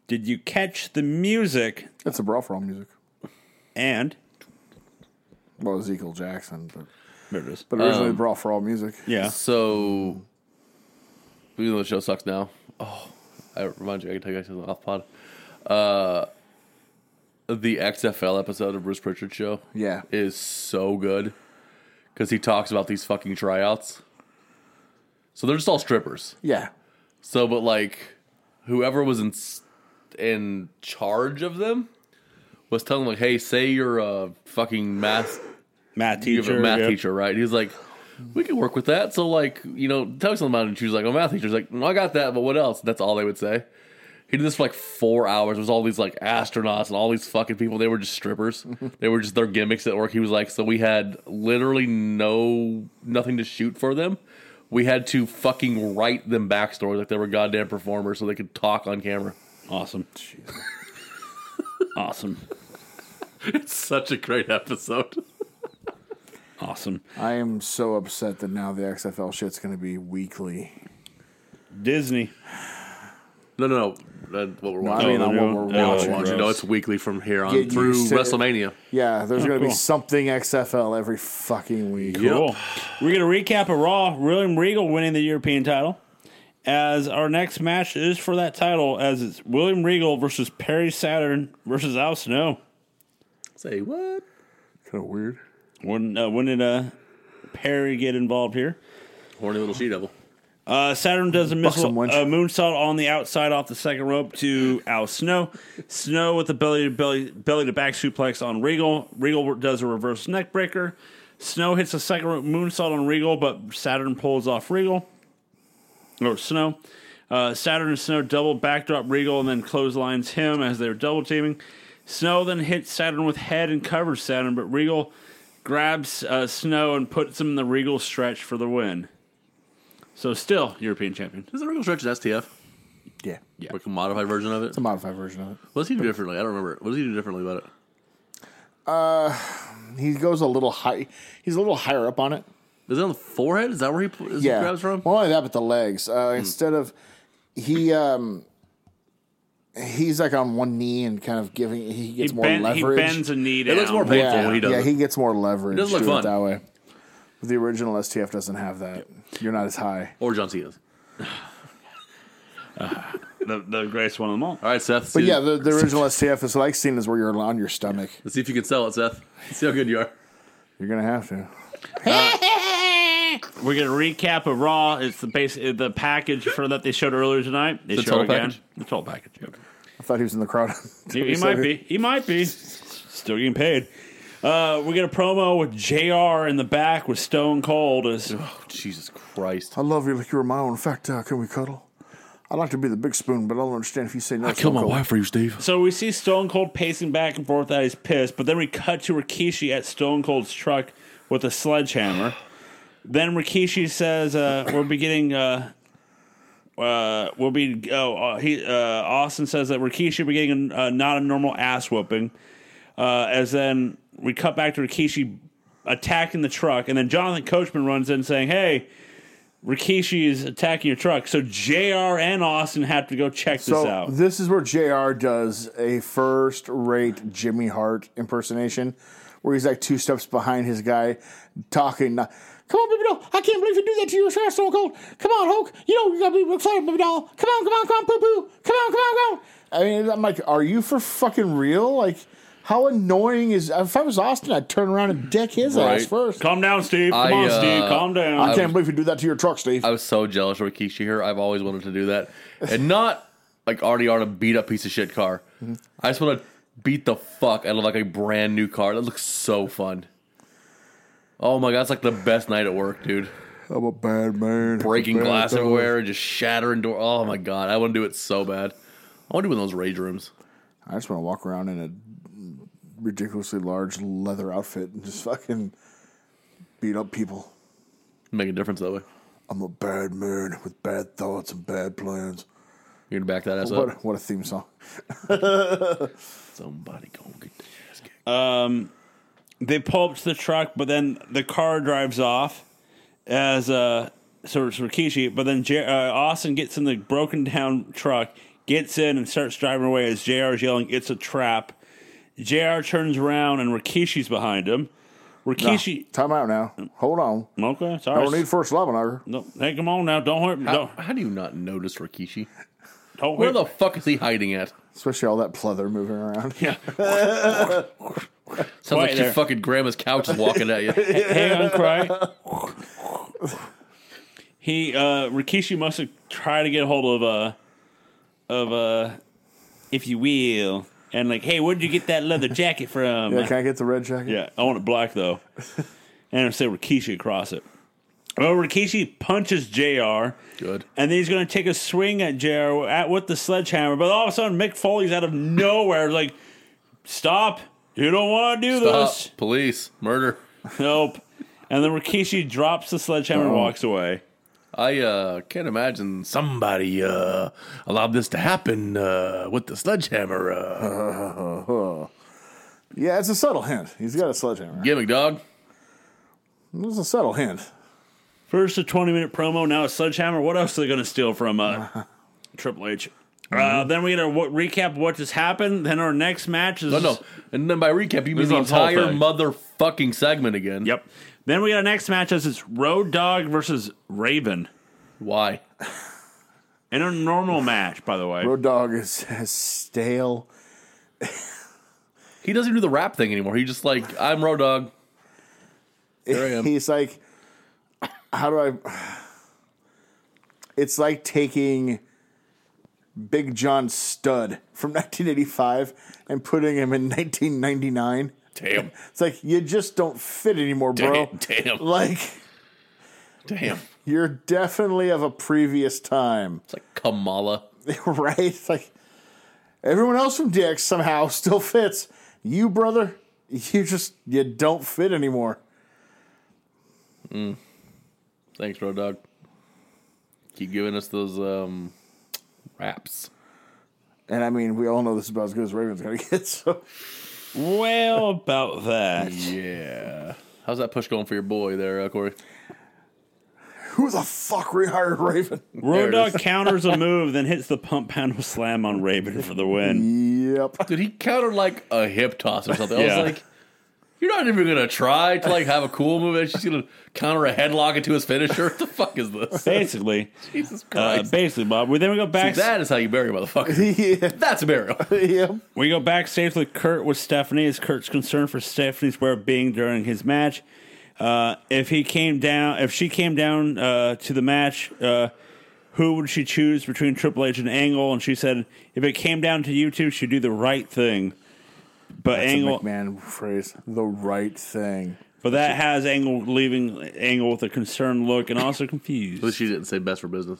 [SPEAKER 1] Did you catch the music
[SPEAKER 3] that's a brawl for all music.
[SPEAKER 1] and
[SPEAKER 3] Well, Ezekiel Jackson, but
[SPEAKER 1] there it is.
[SPEAKER 3] but originally brawl for all music.
[SPEAKER 1] Um, Yeah.
[SPEAKER 2] Uh, So, even though the show sucks now, oh, I remind you, I can take you guys to the off pod. Uh, the XFL episode of Bruce Pritchard show,
[SPEAKER 3] Yeah.
[SPEAKER 2] is so good because he talks about these fucking tryouts. So they're just all strippers.
[SPEAKER 3] yeah.
[SPEAKER 2] So, but like, whoever was in s- in charge of them was telling them, like, hey, say you're a fucking math
[SPEAKER 1] Math
[SPEAKER 2] you have
[SPEAKER 1] teacher.
[SPEAKER 2] a math
[SPEAKER 1] yeah.
[SPEAKER 2] teacher, right? He's like, we can work with that. So like, you know, tell me something about it. And she was like, oh, math teacher's like, well, I got that, but what else? That's all they would say. He did this for like four hours. It was all these like astronauts and all these fucking people. They were just
[SPEAKER 1] <laughs>
[SPEAKER 2] strippers. they were just their gimmicks at work. He was like, so we had literally no nothing to shoot for them. We had to fucking write them backstory like they were goddamn performers so they could talk on camera.
[SPEAKER 1] Awesome. awesome.
[SPEAKER 2] It's <laughs> such a great episode.
[SPEAKER 1] Awesome.
[SPEAKER 3] I am so upset that now the XFL shit's going to be weekly.
[SPEAKER 1] Disney.
[SPEAKER 2] No, no, no. than what we're
[SPEAKER 3] I
[SPEAKER 2] watching.
[SPEAKER 3] mean,
[SPEAKER 1] no,
[SPEAKER 3] on what
[SPEAKER 1] no.
[SPEAKER 3] we're
[SPEAKER 1] No,
[SPEAKER 3] watching.
[SPEAKER 1] no,
[SPEAKER 2] Watching.
[SPEAKER 3] bro.
[SPEAKER 2] No, it's weekly from here on
[SPEAKER 3] Get
[SPEAKER 2] through
[SPEAKER 3] used to it.
[SPEAKER 2] WrestleMania.
[SPEAKER 3] Yeah, there's going to be
[SPEAKER 1] cool.
[SPEAKER 3] something XFL every fucking week.
[SPEAKER 1] Cool. We're going to recap a Raw. William Regal winning the European title. As our next match is for that title, as it's William Regal versus Perry Saturn versus Al Snow.
[SPEAKER 2] Say what?
[SPEAKER 3] Kind of weird.
[SPEAKER 1] When, uh, when did uh, Perry get involved here?
[SPEAKER 2] Horny little she devil.
[SPEAKER 1] Uh, Saturn does a missile,
[SPEAKER 3] Buxom wench.
[SPEAKER 1] a moonsault on the outside off the second rope to Al Snow. Snow with the belly to belly, belly to back suplex on Regal. Regal does a reverse neck breaker. Snow hits a second rope moonsault on Regal, but Saturn pulls off Regal or Snow. Uh, Saturn and Snow double backdrop Regal and then clotheslines him as they're double teaming. Snow then hits Saturn with head and covers Saturn, but Regal grabs uh, Snow and puts him in the Regal stretch for the win. So still European champion.
[SPEAKER 2] Is the real stretch an STF?
[SPEAKER 3] Yeah. yeah.
[SPEAKER 2] Like a modified version of it?
[SPEAKER 3] The modified version of it.
[SPEAKER 2] What does he do differently? I don't remember. What does he do differently about it?
[SPEAKER 3] He goes a little high. He's a little higher up on it.
[SPEAKER 2] Is it on the forehead? Is that where he, pu- is
[SPEAKER 3] Yeah.
[SPEAKER 2] he grabs from?
[SPEAKER 3] Well, only that, but the legs. Uh, Instead of he, um, he's like on one knee and kind of giving. He
[SPEAKER 1] He,
[SPEAKER 3] gets more
[SPEAKER 1] bend- he
[SPEAKER 3] leverage.
[SPEAKER 1] bends a knee down.
[SPEAKER 2] looks more painful.
[SPEAKER 3] yeah,
[SPEAKER 2] when he does
[SPEAKER 3] yeah,
[SPEAKER 2] it.
[SPEAKER 3] he gets more leverage.
[SPEAKER 2] doesn't look
[SPEAKER 3] to it
[SPEAKER 2] fun.
[SPEAKER 3] that way. The original STF doesn't have that. You're not as high.
[SPEAKER 2] Or John Cena's.
[SPEAKER 1] the, the greatest one of them all.
[SPEAKER 2] All right, Seth.
[SPEAKER 3] But
[SPEAKER 2] see-
[SPEAKER 3] yeah, the, the original STF is like seen as where you're on your stomach.
[SPEAKER 2] let's see if you can sell it, Seth. See how good you are.
[SPEAKER 3] You're gonna have to.
[SPEAKER 1] We're gonna recap of Raw. It's the base, the package for that they showed earlier tonight. They
[SPEAKER 2] The
[SPEAKER 1] show
[SPEAKER 2] total
[SPEAKER 1] again
[SPEAKER 2] package?
[SPEAKER 1] the total package. Okay.
[SPEAKER 3] I thought he was in the crowd. <laughs>
[SPEAKER 1] He, he might be. He might be. Still getting paid. Uh, we get a promo with Jr. in the back with Stone Cold as
[SPEAKER 2] Oh, Jesus Christ.
[SPEAKER 3] I love you like you were my own. In fact, uh, can we cuddle? I'd like to be the big spoon, but I don't understand if you say no. Stone Cold.
[SPEAKER 2] for you, Steve.
[SPEAKER 1] So we see Stone Cold pacing back and forth at his piss, but then we cut to Rikishi at Stone Cold's truck with a sledgehammer. Then Rikishi says, uh, "We'll be getting, uh, uh, we'll be." Oh, uh, he uh, Austin says that Rikishi will be getting a, uh, not a normal ass whooping. Uh, as then we cut back to Rikishi attacking the truck, and then Jonathan Coachman runs in saying, "Hey." Rikishi is attacking your truck, so Jr. and Austin have to go check this
[SPEAKER 3] So
[SPEAKER 1] out.
[SPEAKER 3] this is where Jr. does a first-rate Jimmy Hart impersonation, where he's like two steps behind his guy, talking. uh, Come on, baby doll! I can't believe you do that to your trash so cold. Come on, Hulk! You know you gotta be excited, baby doll. Come on, come on, come on, poo poo! Come on, come on, come on! I mean, I'm like, are you for fucking real? Like, how annoying is? If I was Austin, I'd turn around and dick his
[SPEAKER 2] Right.
[SPEAKER 3] ass first.
[SPEAKER 1] Calm down, Steve. Come
[SPEAKER 2] I,
[SPEAKER 1] on, Steve.
[SPEAKER 2] uh,
[SPEAKER 1] Calm down.
[SPEAKER 3] I can't believe you do that to your truck, Steve.
[SPEAKER 2] I was so jealous of Rikishi here. I've always wanted to do that. <laughs> And not like already on a beat up piece of shit car. I just want to beat the fuck out of like a brand new car. That looks so fun. Oh my god, it's like the best night at work, dude.
[SPEAKER 3] I'm a bad man.
[SPEAKER 2] Breaking
[SPEAKER 3] Bad
[SPEAKER 2] glass
[SPEAKER 3] dog.
[SPEAKER 2] everywhere and just shattering door. Oh my god, I want to do it so bad. I want to do one of those rage rooms.
[SPEAKER 3] I just want to walk around in a ridiculously large leather outfit and just fucking beat up people.
[SPEAKER 2] Make a difference that way.
[SPEAKER 3] I'm a bad man with bad thoughts and bad plans.
[SPEAKER 2] You're gonna back that ass up.
[SPEAKER 3] What, what a theme song.
[SPEAKER 2] Somebody gonna get their ass kicked.
[SPEAKER 1] they pull up to the truck, but then the car drives off as uh, so it's Rikishi. But then J- uh, Austin gets in the broken down truck, gets in, and starts driving away as JR is yelling, "It's a trap!" JR turns around and Rikishi's behind him. Rikishi,
[SPEAKER 3] Time out now. Hold on.
[SPEAKER 2] Ah.
[SPEAKER 1] okay,
[SPEAKER 3] No
[SPEAKER 1] sorry.
[SPEAKER 3] need for a slobber
[SPEAKER 1] No, hey, come on now. Don't hurt. me. Don't,
[SPEAKER 2] How, how do you not notice Rikishi?
[SPEAKER 1] don't
[SPEAKER 2] Where
[SPEAKER 1] hurt.
[SPEAKER 2] the fuck is he hiding at?
[SPEAKER 3] Especially all that pleather moving around.
[SPEAKER 1] yeah.
[SPEAKER 2] Sounds
[SPEAKER 1] Quiet
[SPEAKER 2] like
[SPEAKER 1] there.
[SPEAKER 2] your fucking grandma's couch is walking at <laughs> you.
[SPEAKER 1] Hang on, cry. <laughs> He uh Rikishi must have tried to get a hold of uh of uh if you will and like, hey, where'd you get that leather jacket from?
[SPEAKER 3] Yeah, can I get the red jacket?
[SPEAKER 1] Yeah, I want it black though. and I say Rikishi across it. Well, Rikishi punches JR.
[SPEAKER 2] Good.
[SPEAKER 1] And then he's going to take a swing at JR at, with the sledgehammer. But all of a sudden, Mick Foley's out of nowhere. like, stop. You don't want to do
[SPEAKER 2] Stop.
[SPEAKER 1] this.
[SPEAKER 2] Police. Murder.
[SPEAKER 1] Nope. And then Rikishi drops the sledgehammer and
[SPEAKER 3] Oh.
[SPEAKER 1] walks away.
[SPEAKER 2] I uh, can't imagine somebody uh, allowed this to happen uh, with the sledgehammer. Uh.
[SPEAKER 3] Yeah, it's a subtle hint. He's got a sledgehammer.
[SPEAKER 2] Gimmick, dog.
[SPEAKER 3] It's a subtle hint.
[SPEAKER 2] <laughs>
[SPEAKER 1] First a 20 minute promo, now a sledgehammer. What else are they going to steal from uh, Triple H?
[SPEAKER 2] Mm-hmm.
[SPEAKER 1] Uh, then we get a w- recap of what just happened. Then our next match is
[SPEAKER 2] No, no. And then by recap, you mean
[SPEAKER 4] This
[SPEAKER 2] the
[SPEAKER 4] is on
[SPEAKER 2] entire
[SPEAKER 4] Hall
[SPEAKER 2] motherfucking segment again.
[SPEAKER 1] Yep. Then we got our next match as it's Road Dog versus Raven
[SPEAKER 2] Why?
[SPEAKER 1] in a
[SPEAKER 2] <laughs>
[SPEAKER 1] normal match, by the way.
[SPEAKER 3] Road Dog is, is stale.
[SPEAKER 2] He doesn't even do the rap thing anymore. He just like, I'm Road Dog. There I am.
[SPEAKER 3] <laughs> He's like, how do I? It's like taking Big John Stud from <laughs> 1985 and putting him in 1999.
[SPEAKER 2] Damn.
[SPEAKER 3] It's like you just don't fit anymore, bro.
[SPEAKER 2] Damn.
[SPEAKER 3] Like
[SPEAKER 2] Damn.
[SPEAKER 3] you're definitely of a previous time, <laughs>
[SPEAKER 2] It's like Kamala.
[SPEAKER 3] right? It's like everyone else from DX somehow <laughs> still fits. You, brother, you just you don't fit anymore.
[SPEAKER 2] Thanks, Road Dog. Keep giving us those um raps.
[SPEAKER 3] And I mean, we all know this is about as good as Raven's gonna <laughs> get. So
[SPEAKER 1] Well, about that.
[SPEAKER 2] <laughs> Yeah. How's that push going for your boy there, uh, Corey?
[SPEAKER 3] who the fuck rehired Raven?
[SPEAKER 1] Road
[SPEAKER 2] There it
[SPEAKER 1] Dog
[SPEAKER 2] <laughs>
[SPEAKER 1] counters a move, then hits the pump handle slam on Raven for the
[SPEAKER 2] <laughs>
[SPEAKER 1] win.
[SPEAKER 3] Yep. <laughs>
[SPEAKER 2] Did he counter like a hip toss or something? I
[SPEAKER 1] Yeah.
[SPEAKER 2] was like, you're not even gonna try to like have a cool move. and She's gonna counter a headlock into his finisher. What the fuck is this?
[SPEAKER 1] Basically,
[SPEAKER 2] Jesus
[SPEAKER 1] uh,
[SPEAKER 2] Christ!
[SPEAKER 1] basically, Bob. We then we go back.
[SPEAKER 2] that is how you bury a motherfucker. <laughs>
[SPEAKER 3] yeah.
[SPEAKER 2] That's a burial.
[SPEAKER 3] Yep.
[SPEAKER 1] We go backstage with Kurt with Stephanie as Kurt's concerned for Stephanie's well being during his match. Uh, if he came down, if she came down uh, to the match, uh, who would she choose between Triple H and Angle? And she said, if it came down to you two, she'd do the right thing. But
[SPEAKER 3] That's
[SPEAKER 1] Angle,
[SPEAKER 3] a McMahon phrase. The right thing.
[SPEAKER 1] but that has Angle leaving Angle with a concerned look and also <laughs> confused.
[SPEAKER 2] she didn't say best for business.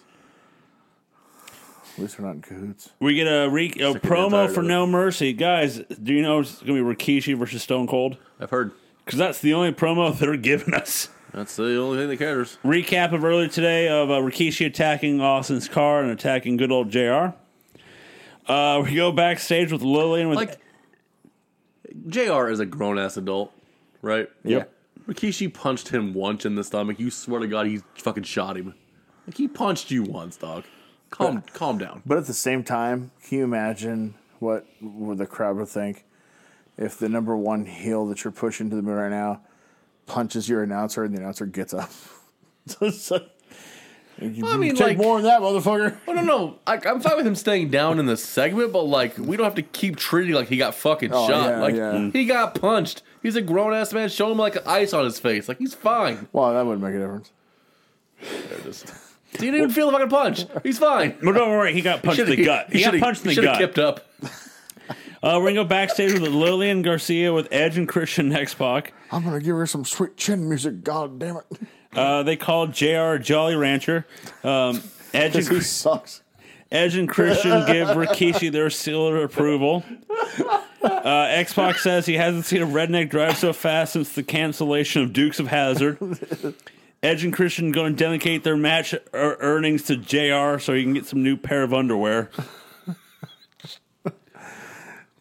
[SPEAKER 3] At least we're not in cahoots.
[SPEAKER 1] We get a, re- a
[SPEAKER 2] getting tired
[SPEAKER 1] promo
[SPEAKER 2] of
[SPEAKER 1] for
[SPEAKER 2] it.
[SPEAKER 1] No Mercy, guys. Do you know it's gonna be Rikishi versus Stone Cold?
[SPEAKER 2] I've heard.
[SPEAKER 1] Because that's the only promo <laughs> they're giving us.
[SPEAKER 2] That's the only thing that cares.
[SPEAKER 1] recap of earlier today of uh, Rikishi attacking Austin's car and attacking good old JR. Uh, we go backstage with Lillian with <laughs>
[SPEAKER 2] Like, Jr. is a grown ass adult, right?
[SPEAKER 1] Yep.
[SPEAKER 2] Rikishi punched him once in the stomach. You swear to God, he fucking shot him. Like he punched you once, dog. Calm, calm down.
[SPEAKER 3] But at the same time, can you imagine what would the crowd would think if the number one heel that you're pushing to the mirror right now punches your announcer and the announcer gets up? It's like, you
[SPEAKER 2] I mean,
[SPEAKER 3] take
[SPEAKER 2] like-
[SPEAKER 3] more than that, motherfucker.
[SPEAKER 2] Oh, No, no, no. I, I'm fine with him staying down in the segment, but like, we don't have to keep treating like he got fucking
[SPEAKER 3] Oh,
[SPEAKER 2] shot.
[SPEAKER 3] yeah,
[SPEAKER 2] like,
[SPEAKER 1] Mm.
[SPEAKER 3] yeah.
[SPEAKER 2] he got punched. He's a grown ass man. Show him like ice on his face. Like, he's fine.
[SPEAKER 3] <laughs> Well, that wouldn't make a difference.
[SPEAKER 2] There it is. He didn't even feel the fucking punch. He's fine.
[SPEAKER 1] Well, don't worry, he got <laughs> punched in the gut. He, got punched in the gut.
[SPEAKER 2] kept up.
[SPEAKER 1] Uh, we're gonna go backstage with Lillian Garcia with Edge and Christian X Pac.
[SPEAKER 3] I'm gonna give her some sweet chin music. God damn it,
[SPEAKER 1] Uh, they called JR Jolly Rancher. Um, Edge,
[SPEAKER 3] he
[SPEAKER 1] and,
[SPEAKER 3] sucks.
[SPEAKER 1] Edge and Christian give Rikishi their seal of approval. Uh, X Pac says he hasn't seen a redneck drive so fast since the cancellation of Dukes of Hazard. Edge and Christian going to dedicate their match ear- earnings to JR so he can get some new pair of underwear.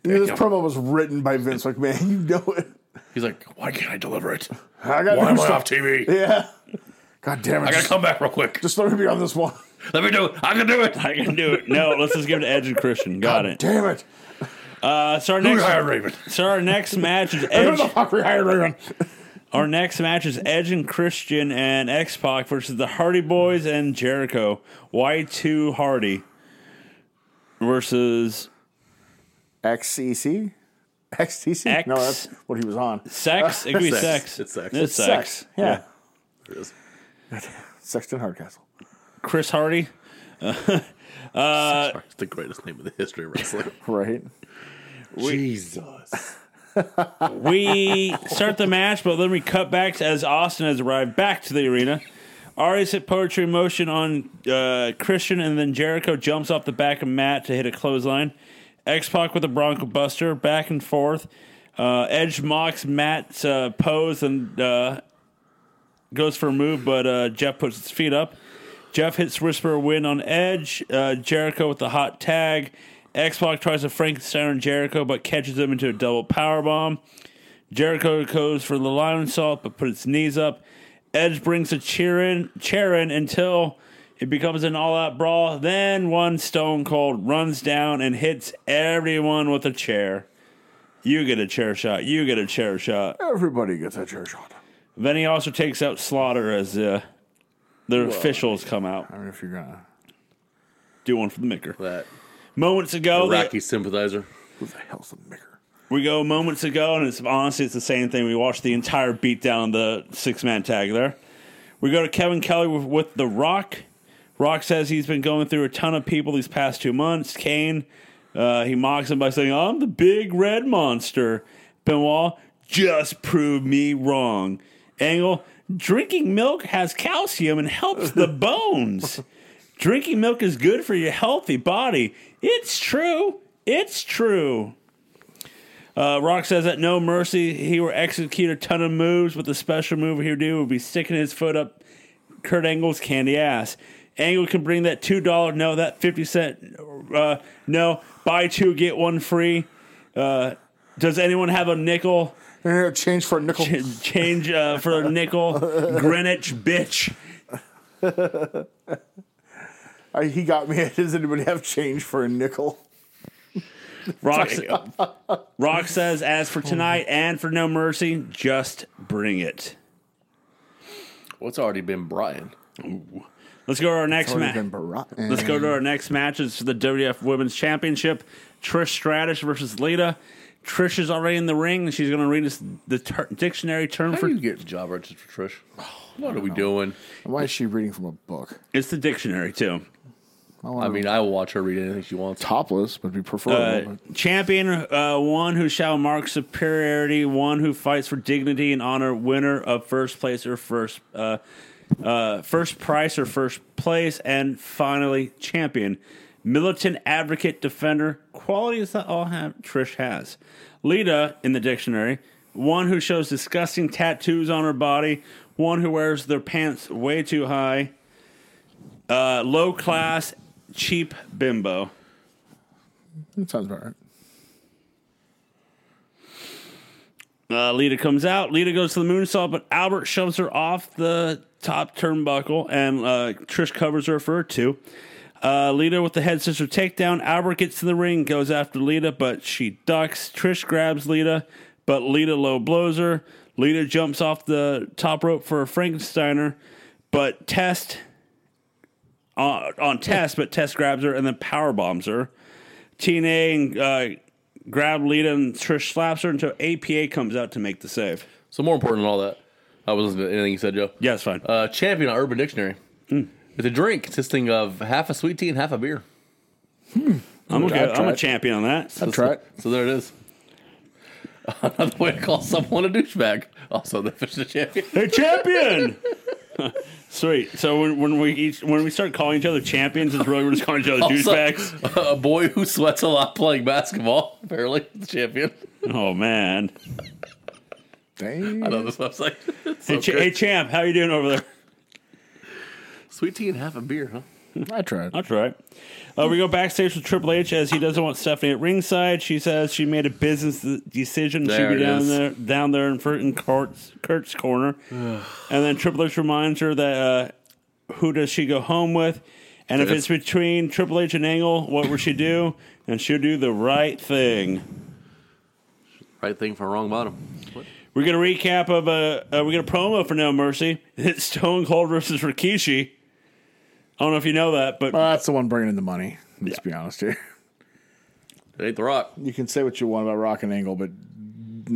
[SPEAKER 3] Dude, this promo was written by Vince McMahon. <laughs> You know it.
[SPEAKER 2] He's like, why can't I deliver it?
[SPEAKER 3] I got
[SPEAKER 2] Why
[SPEAKER 3] to
[SPEAKER 2] am
[SPEAKER 3] do
[SPEAKER 2] I
[SPEAKER 3] stuff.
[SPEAKER 2] off TV?
[SPEAKER 3] <laughs> Yeah. God damn
[SPEAKER 2] I
[SPEAKER 3] it.
[SPEAKER 2] gotta
[SPEAKER 3] Just,
[SPEAKER 2] come back real quick.
[SPEAKER 3] just let me be on this
[SPEAKER 1] <laughs>
[SPEAKER 3] one.
[SPEAKER 2] Let me do it. I can do it.
[SPEAKER 1] I can do it. No, let's just give it to Edge and Christian. Got it.
[SPEAKER 3] Damn it.
[SPEAKER 1] Uh, so, our
[SPEAKER 2] Who hired
[SPEAKER 1] <laughs> next,
[SPEAKER 2] Raven?
[SPEAKER 1] so our next <laughs> match is
[SPEAKER 3] Who
[SPEAKER 1] Edge.
[SPEAKER 3] the fuck rehired Raven?
[SPEAKER 1] Our next match is Edge and Christian and X Pac versus the Hardy Boys and Jericho. Y2 Hardy versus
[SPEAKER 3] XCC? XTC?
[SPEAKER 1] X-
[SPEAKER 3] No, that's what he was on.
[SPEAKER 1] Sex. It could be
[SPEAKER 2] Sex.
[SPEAKER 1] sex.
[SPEAKER 2] It's sex.
[SPEAKER 1] It's
[SPEAKER 2] It's
[SPEAKER 1] sex.
[SPEAKER 3] Yeah.
[SPEAKER 2] There it is.
[SPEAKER 3] Sexton Hardcastle.
[SPEAKER 1] Chris Hardy. Uh,
[SPEAKER 2] Sorry, it's the greatest name in the history
[SPEAKER 1] <laughs>
[SPEAKER 2] of wrestling.
[SPEAKER 3] Right?
[SPEAKER 2] Jesus.
[SPEAKER 1] We start the match, but then we cut back as Austin has arrived back to the arena. Ari's hit poetry motion on uh, Christian, and then Jericho jumps off the back of Matt to hit a clothesline. X Pac with a Bronco Buster, back and forth. Uh, Edge mocks Matt's uh, pose and uh, goes for a move, but uh, Jeff puts his feet up. Jeff hits Whisper win on Edge. Uh, Jericho with the hot tag. X Pac tries to Frankenstein on Jericho, but catches him into a double power bomb. Jericho goes for the lion salt, but puts his knees up. Edge brings a cheer in, chair in until It becomes an all out brawl. Then one Stone Cold runs down and hits everyone with a chair. You get a chair shot. You get a chair shot.
[SPEAKER 3] Everybody gets a chair shot.
[SPEAKER 1] Then he also takes out Slaughter as uh, their officials come out.
[SPEAKER 3] I mean, if you're gonna,
[SPEAKER 1] Do one for the Micker.
[SPEAKER 2] That
[SPEAKER 1] Moments ago, they-
[SPEAKER 2] Iraqi sympathizer.
[SPEAKER 3] who the hell's the maker?
[SPEAKER 1] we go moments ago, and it's honestly it's the same thing. We watched the entire beatdown of the six man tag there. We go to Kevin Kelly with, with The Rock. Rock says he's been going through a ton of people these past two months. Kane, uh, he mocks him by saying, "I'm the big red monster." Benoit, just prove me wrong. Angle, drinking milk has calcium and helps the bones. Drinking milk is good for your healthy body. It's true. It's true. Uh, Rock says that no mercy, he will execute a ton of moves, but the special move he would do would be sticking his foot up Kurt Angle's candy ass. Angle can bring that two dollar no, that fifty cent uh, no, buy two get one free. Uh, does anyone have a nickel?
[SPEAKER 3] Eh, Change for a nickel.
[SPEAKER 1] Change uh, for a
[SPEAKER 3] <laughs>
[SPEAKER 1] nickel, Greenwich bitch.
[SPEAKER 3] I, he got me. <laughs> Does anybody have change for a nickel?
[SPEAKER 1] Rock, Rock says, as for tonight and for no mercy, just bring it.
[SPEAKER 2] What's already been Brian?
[SPEAKER 1] Let's go to our next
[SPEAKER 3] Already
[SPEAKER 1] match.
[SPEAKER 3] been bar-
[SPEAKER 1] Let's go
[SPEAKER 2] Mm.
[SPEAKER 1] to our next match. It's the WWF Women's Championship. Trish Stratus versus Lita. Trish is already in the ring. and She's going to read us the ter- dictionary term
[SPEAKER 2] How
[SPEAKER 1] for.
[SPEAKER 2] do you get job registered for Trish? What are we doing?
[SPEAKER 3] Why is she reading from a book?
[SPEAKER 1] It's the dictionary too.
[SPEAKER 2] I mean, I will watch her read anything she wants.
[SPEAKER 3] Topless would be
[SPEAKER 1] Uh,
[SPEAKER 3] preferable.
[SPEAKER 1] champion, uh, one who shall mark superiority, one who fights for dignity and honor, winner of first place or first, uh, uh, first price or first place, and finally champion, militant advocate, defender, qualities that all have Trish has. Lita in the dictionary, one who shows disgusting tattoos on her body, one who wears their pants way too high, uh, low class, cheap bimbo.
[SPEAKER 3] but it sounds about right.
[SPEAKER 1] Uh, Lita comes out. Lita goes to the moonsault, but Albert shoves her off the top turnbuckle, and uh, Trish covers her for a two. Uh, Lita with the head scissor takedown. Albert gets to the ring, goes after Lita, but she ducks. Trish grabs Lita, but Lita low blows her. Lita jumps off the top rope for a Frankensteiner, but Test on, on Test, but Test grabs her and then power bombs her. TNA and uh, grab Lita and Trish slaps her until APA comes out to make the save.
[SPEAKER 2] So more important than all that, I was listening to anything you said, Joe.
[SPEAKER 1] Yeah, it's fine.
[SPEAKER 2] Uh, champion on Urban Dictionary. It's a drink consisting of half a sweet tea and half a beer.
[SPEAKER 1] I'm, okay.
[SPEAKER 3] I'd
[SPEAKER 1] I'm
[SPEAKER 3] try
[SPEAKER 1] a
[SPEAKER 3] it.
[SPEAKER 1] champion on that. <laughs>
[SPEAKER 3] I'd try it.
[SPEAKER 2] So there it is. <laughs> Another way to call someone a douchebag. Also, the fish the champion.
[SPEAKER 1] Hey, champion! <laughs> Sweet. So when, when we each, when we start calling each other champions, it's really we're just calling <laughs> each other douchebags.
[SPEAKER 2] Also, a boy who sweats a lot playing basketball. <laughs> Apparently, the champion.
[SPEAKER 1] Oh man.
[SPEAKER 3] Dang.
[SPEAKER 2] I know this website. <laughs> It's
[SPEAKER 1] Hey,
[SPEAKER 2] so
[SPEAKER 1] cha-
[SPEAKER 2] great.
[SPEAKER 1] hey, champ, how you doing over there?
[SPEAKER 2] Sweet tea and half a beer, huh?
[SPEAKER 3] I tried.
[SPEAKER 1] That's right. Uh, we go backstage with Triple H as he doesn't want Stephanie at ringside. She says she made a business decision.
[SPEAKER 2] There
[SPEAKER 1] She'd
[SPEAKER 2] it
[SPEAKER 1] be down
[SPEAKER 2] is.
[SPEAKER 1] there, down there in, Fur- in Kurt's, Kurt's corner. and then Triple H reminds her that uh, who does she go home with? And if it's between Triple H and Angle, what would she do? And she'll do the right thing.
[SPEAKER 2] Right thing for wrong bottom. What?
[SPEAKER 1] We're gonna recap of a uh, we got a promo for No Mercy. <laughs> It's Stone Cold versus Rikishi. I don't know if you know that, but
[SPEAKER 3] Well, that's the one bringing in the money. Let's be honest here.
[SPEAKER 2] It ain't the rock.
[SPEAKER 3] <laughs> You can say what you want about Rock and Angle, but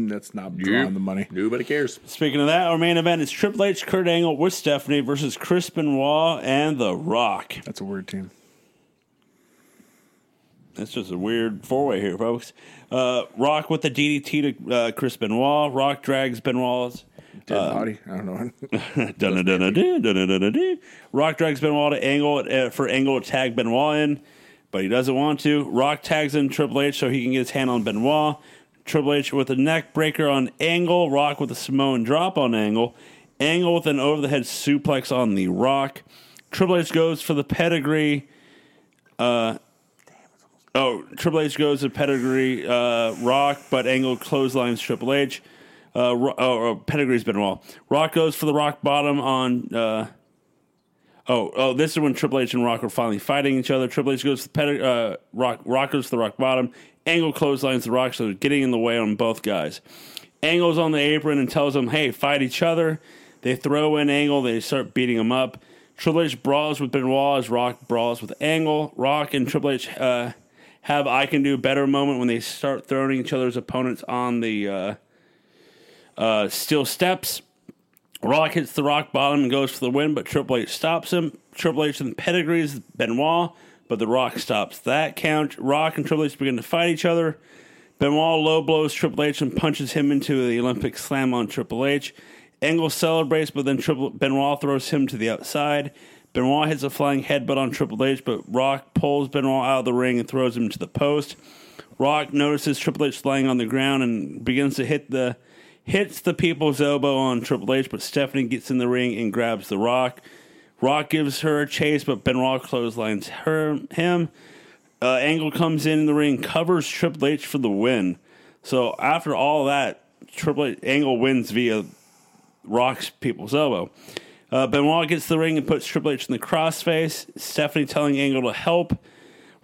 [SPEAKER 3] that's not drawing the money.
[SPEAKER 2] Nobody cares.
[SPEAKER 1] Speaking of that, our main event is Triple H, Kurt Angle with Stephanie versus Chris Benoit and The Rock.
[SPEAKER 3] That's a weird team.
[SPEAKER 1] That's just a weird four way here, folks. Uh, Rock with the DDT to uh, Chris Benoit. Rock drags Benoit's.
[SPEAKER 3] Dead body. I don't know. <laughs>
[SPEAKER 1] dun-dun-dun-dun-dun, dun-dun-dun-dun-dun. Rock drags Benoit to Angle uh, for Angle to tag Benoit in, but he doesn't want to. Rock tags in Triple H so he can get his hand on Benoit. Triple H with a neck breaker on Angle. Rock with a Samoan drop on Angle. Angle with an over the head suplex on the Rock. Triple H goes for the pedigree. Oh, Triple H goes to Pedigree uh, Rock, but Angle clotheslines Triple H. Uh, Ro- oh, oh, Pedigree's been well. Rock goes for the rock bottom on. Uh, Oh, oh, this is when Triple H and Rock are finally fighting each other. Triple H goes to the pedi- uh, Rock, Rock goes to the Rock Bottom. Angle clotheslines the Rock, so they're getting in the way on both guys. Angle's on the apron and tells them, "Hey, fight each other." They throw in Angle. They start beating him up. Triple H brawls with Benoit as Rock brawls with Angle. Rock and Triple H uh, have "I can do better" moment when they start throwing each other's opponents on the uh, uh, steel steps. Rock hits the rock bottom and goes for the win, but Triple H stops him. Triple H then pedigrees Benoit, but The Rock stops that count. Rock and Triple H begin to fight each other. Benoit low blows Triple H and punches him into the Olympic slam on Triple H. Angle celebrates, but then Triple Benoit throws him to the outside. Benoit hits a flying headbutt on Triple H, but Rock pulls Benoit out of the ring and throws him to the post. Rock notices Triple H lying on the ground and begins to hit the hits the people's elbow on Triple H, but Stephanie gets in the ring and grabs the Rock. Rock gives her a chase, but Benoit clotheslines her him. Uh, Angle comes in the ring, covers Triple H for the win. So after all that, Triple H, Angle wins via Rock's people's elbow. Uh, Benoit gets the ring and puts Triple H in the crossface. Stephanie telling Angle to help.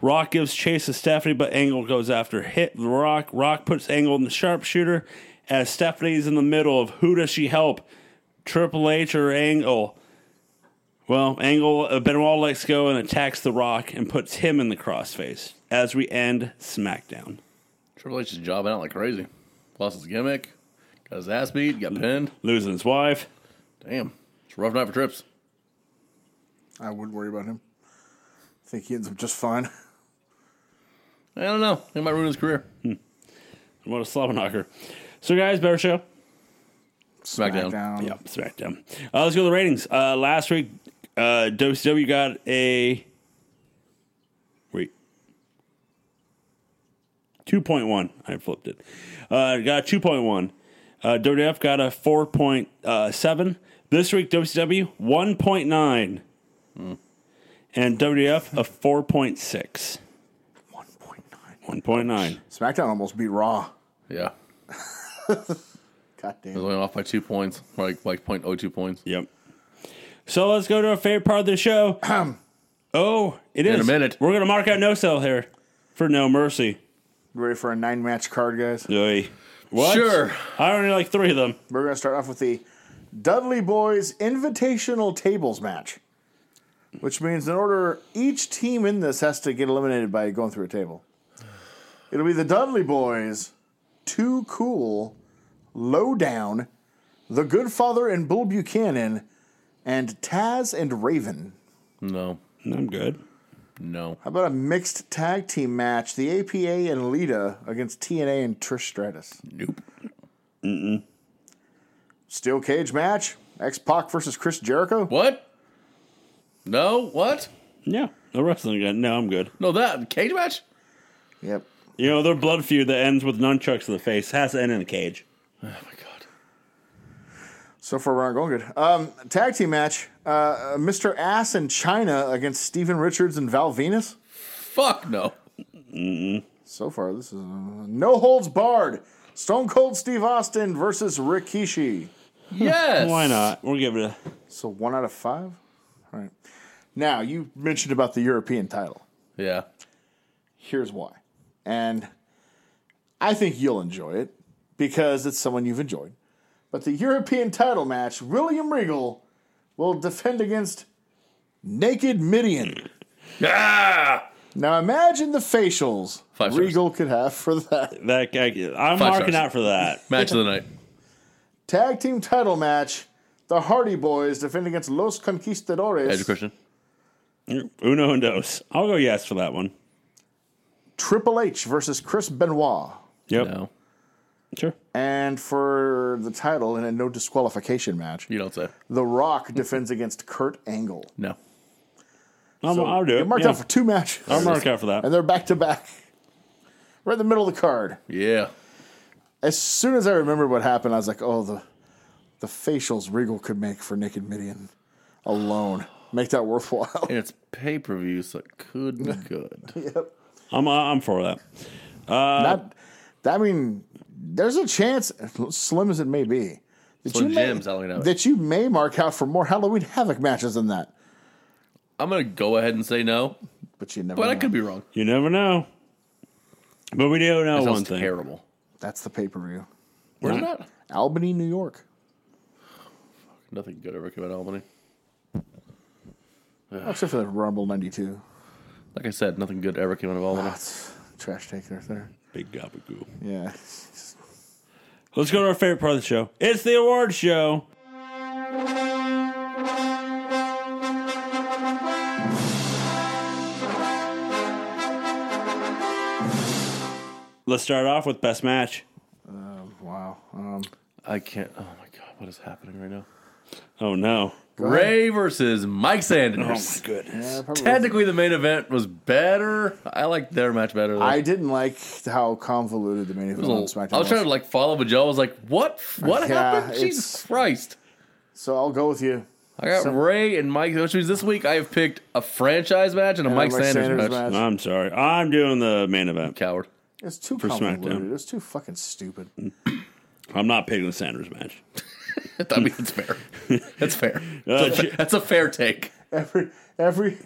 [SPEAKER 1] Rock gives chase to Stephanie, but Angle goes after hit the Rock. Rock puts Angle in the sharpshooter as Stephanie's in the middle of who does she help, Triple H or Angle. Well, Angle uh, Benoit lets go and attacks the Rock and puts him in the crossface as we end SmackDown.
[SPEAKER 2] Triple H is jobbing out like crazy. Lost his gimmick, got his ass beat, got pinned.
[SPEAKER 1] Losing his wife.
[SPEAKER 2] Damn, it's a rough night for Trips.
[SPEAKER 3] I wouldn't worry about him. I think he ends up just fine.
[SPEAKER 2] I don't know. He might ruin his career.
[SPEAKER 1] What a slobber knocker. So, guys, better show.
[SPEAKER 2] Smackdown.
[SPEAKER 1] Yeah, SmackDown. Uh, let's go to the ratings. Uh, last week, uh, WCW got a wait, two point one. I flipped it. Uh, got two point one. Uh, WWF got a four point uh, seven. This week, WCW one point nine, and WWF a four point six.
[SPEAKER 3] 1.9.
[SPEAKER 1] One point nine.
[SPEAKER 3] SmackDown almost beat Raw.
[SPEAKER 2] Yeah,
[SPEAKER 3] God damn.
[SPEAKER 2] he's only off by two points, like like point oh two points.
[SPEAKER 1] Yep. So let's go to our favorite part of the
[SPEAKER 3] <clears throat>
[SPEAKER 1] show. oh, it is.
[SPEAKER 2] a minute.
[SPEAKER 1] We're gonna mark out no sell here for no mercy.
[SPEAKER 3] Ready for a nine match card, guys?
[SPEAKER 1] Oy. What?
[SPEAKER 2] Sure.
[SPEAKER 1] I only like three of them.
[SPEAKER 3] We're going to start off with the Dudley Boys Invitational Tables match, which means in order, each team in this has to get eliminated by going through a table. It'll be the Dudley Boys, Too Cool, Lowdown, The Good Father and Bull Buchanan, and Taz and Raven.
[SPEAKER 2] No,
[SPEAKER 1] I'm good.
[SPEAKER 2] no.
[SPEAKER 3] How about a mixed tag team match? The APA and Lita against TNA and Trish Stratus.
[SPEAKER 2] Nope.
[SPEAKER 3] Steel cage match? X Pac versus Chris Jericho?
[SPEAKER 2] What? No. What?
[SPEAKER 1] Yeah. The wrestling again. No, I'm good.
[SPEAKER 2] No. That cage match.
[SPEAKER 3] Yep.
[SPEAKER 1] You know, their blood feud that ends with nunchucks to the face has to end in a cage.
[SPEAKER 2] Oh my god.
[SPEAKER 3] So far, we're not going good. Um, tag team match: uh, uh, Mr. Ass and China against Steven Richards and Val Venus.
[SPEAKER 2] Fuck no.
[SPEAKER 3] So far, this is uh, no holds barred. Stone Cold Steve Austin versus Rikishi.
[SPEAKER 2] Yes.
[SPEAKER 1] <laughs> Why not? We'll give it a.
[SPEAKER 3] So one out of five. All right. Now you mentioned about the European title.
[SPEAKER 2] Yeah.
[SPEAKER 3] Here's why, and I think you'll enjoy it because it's someone you've enjoyed. But the European title match: William Regal will defend against Naked Midian.
[SPEAKER 2] Ah!
[SPEAKER 3] Now imagine the facials
[SPEAKER 2] Five stars.
[SPEAKER 3] Regal could have for that.
[SPEAKER 1] That guy, I'm
[SPEAKER 2] Five
[SPEAKER 1] marking
[SPEAKER 2] stars.
[SPEAKER 1] out for that.
[SPEAKER 2] Match of the night.
[SPEAKER 3] Tag team title match. The Hardy Boys defend against Los
[SPEAKER 2] Edge of
[SPEAKER 3] Conquistadores.
[SPEAKER 2] Christian.
[SPEAKER 1] Uno and dos. I'll go yes for that one.
[SPEAKER 3] Triple H versus Chris Benoit.
[SPEAKER 1] Yep.
[SPEAKER 2] No.
[SPEAKER 1] Sure.
[SPEAKER 3] And for the title in a no disqualification match,
[SPEAKER 2] You don't say.
[SPEAKER 3] The Rock defends against Kurt Angle.
[SPEAKER 2] No.
[SPEAKER 1] I'm, I'll do
[SPEAKER 3] You're
[SPEAKER 1] it.
[SPEAKER 3] marked
[SPEAKER 1] Yeah.
[SPEAKER 3] out for two matches.
[SPEAKER 1] I'll mark out for that.
[SPEAKER 3] and they're back to back. Right in the middle of the card.
[SPEAKER 2] Yeah.
[SPEAKER 3] As soon as I remembered what happened, I was like, oh, the the facials Regal could make for Naked Midian alone. Make that worthwhile.
[SPEAKER 2] And it's pay per view, so it could <laughs> be good.
[SPEAKER 1] I'm, I'm for that.
[SPEAKER 2] Uh,
[SPEAKER 3] Not, I mean, there's a chance, slim as it may be, that
[SPEAKER 2] Slim
[SPEAKER 3] you
[SPEAKER 2] Jim's
[SPEAKER 3] may,
[SPEAKER 2] Halloween Havoc.
[SPEAKER 3] that you may mark out for more Halloween Havoc matches than that.
[SPEAKER 2] I'm gonna go ahead and say no,
[SPEAKER 3] But you never.
[SPEAKER 2] but I
[SPEAKER 3] know.
[SPEAKER 2] could be wrong.
[SPEAKER 1] You never know. But we do know
[SPEAKER 2] That
[SPEAKER 1] Oh, one
[SPEAKER 2] sounds
[SPEAKER 1] thing.
[SPEAKER 2] terrible.
[SPEAKER 3] That's the pay per view.
[SPEAKER 2] Where's
[SPEAKER 1] Not-
[SPEAKER 2] that?
[SPEAKER 3] Albany, New York.
[SPEAKER 2] Nothing good ever came out of Albany.
[SPEAKER 3] Except for the Rumble '92.
[SPEAKER 2] Like I said, nothing good ever came out of Albany.
[SPEAKER 3] <sighs> That's trash take right there.
[SPEAKER 1] Big gabagoo.
[SPEAKER 3] Yeah.
[SPEAKER 1] Let's go to our favorite part of the show. It's the award show. Let's start off with best match.
[SPEAKER 3] Wow. Um,
[SPEAKER 2] I can't. Oh my god, what is happening right now?
[SPEAKER 1] Oh no.
[SPEAKER 2] Ray versus Mike Sanders.
[SPEAKER 1] goodness.
[SPEAKER 3] yeah, probably-
[SPEAKER 2] Technically, the main event was better. I liked their match better. Though.
[SPEAKER 3] I didn't like how convoluted the main event
[SPEAKER 2] was a
[SPEAKER 3] on
[SPEAKER 2] little-
[SPEAKER 3] SmackDown.
[SPEAKER 2] I was trying to like follow, but Joe was like, "What? What
[SPEAKER 3] Yeah,
[SPEAKER 2] happened?
[SPEAKER 3] it's-
[SPEAKER 2] Jesus Christ!"
[SPEAKER 3] So I'll go with you.
[SPEAKER 2] I got
[SPEAKER 3] Some-
[SPEAKER 2] Ray and Mike. Which means this week I have picked a franchise match and a
[SPEAKER 3] Yeah,
[SPEAKER 2] Mike, Sanders, match.
[SPEAKER 1] I'm sorry. I'm doing the main event.
[SPEAKER 2] Coward. <laughs>
[SPEAKER 3] It's too
[SPEAKER 1] For
[SPEAKER 3] convoluted.
[SPEAKER 1] SmackDown.
[SPEAKER 3] It's too fucking stupid.
[SPEAKER 1] I'm not picking the Sanders match.
[SPEAKER 2] I mean, it's fair. That's fair.
[SPEAKER 1] Uh,
[SPEAKER 2] That's a,
[SPEAKER 1] J-
[SPEAKER 2] that's a fair take.
[SPEAKER 3] Every every.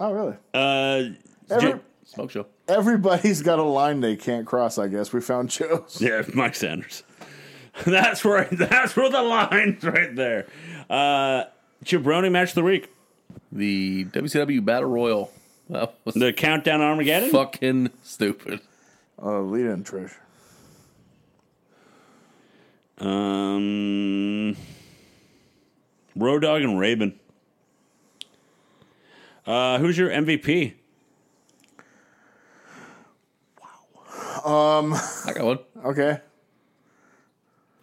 [SPEAKER 3] Oh really?
[SPEAKER 1] Uh,
[SPEAKER 3] Every,
[SPEAKER 1] J-
[SPEAKER 2] Smoke show.
[SPEAKER 3] everybody's got a line they can't cross. I guess we found Joe's.
[SPEAKER 1] Yeah, Mike Sanders. <laughs> That's where that's where the line's right there. Uh Jabroni match of the week.
[SPEAKER 2] The WCW Battle Royal. That was
[SPEAKER 3] <laughs>
[SPEAKER 1] The countdown Armageddon.
[SPEAKER 2] fucking stupid.
[SPEAKER 3] Uh, Lita and Trish.
[SPEAKER 1] Um Road Dog and Raven. Uh who's your MVP?
[SPEAKER 2] I got one.
[SPEAKER 3] Okay.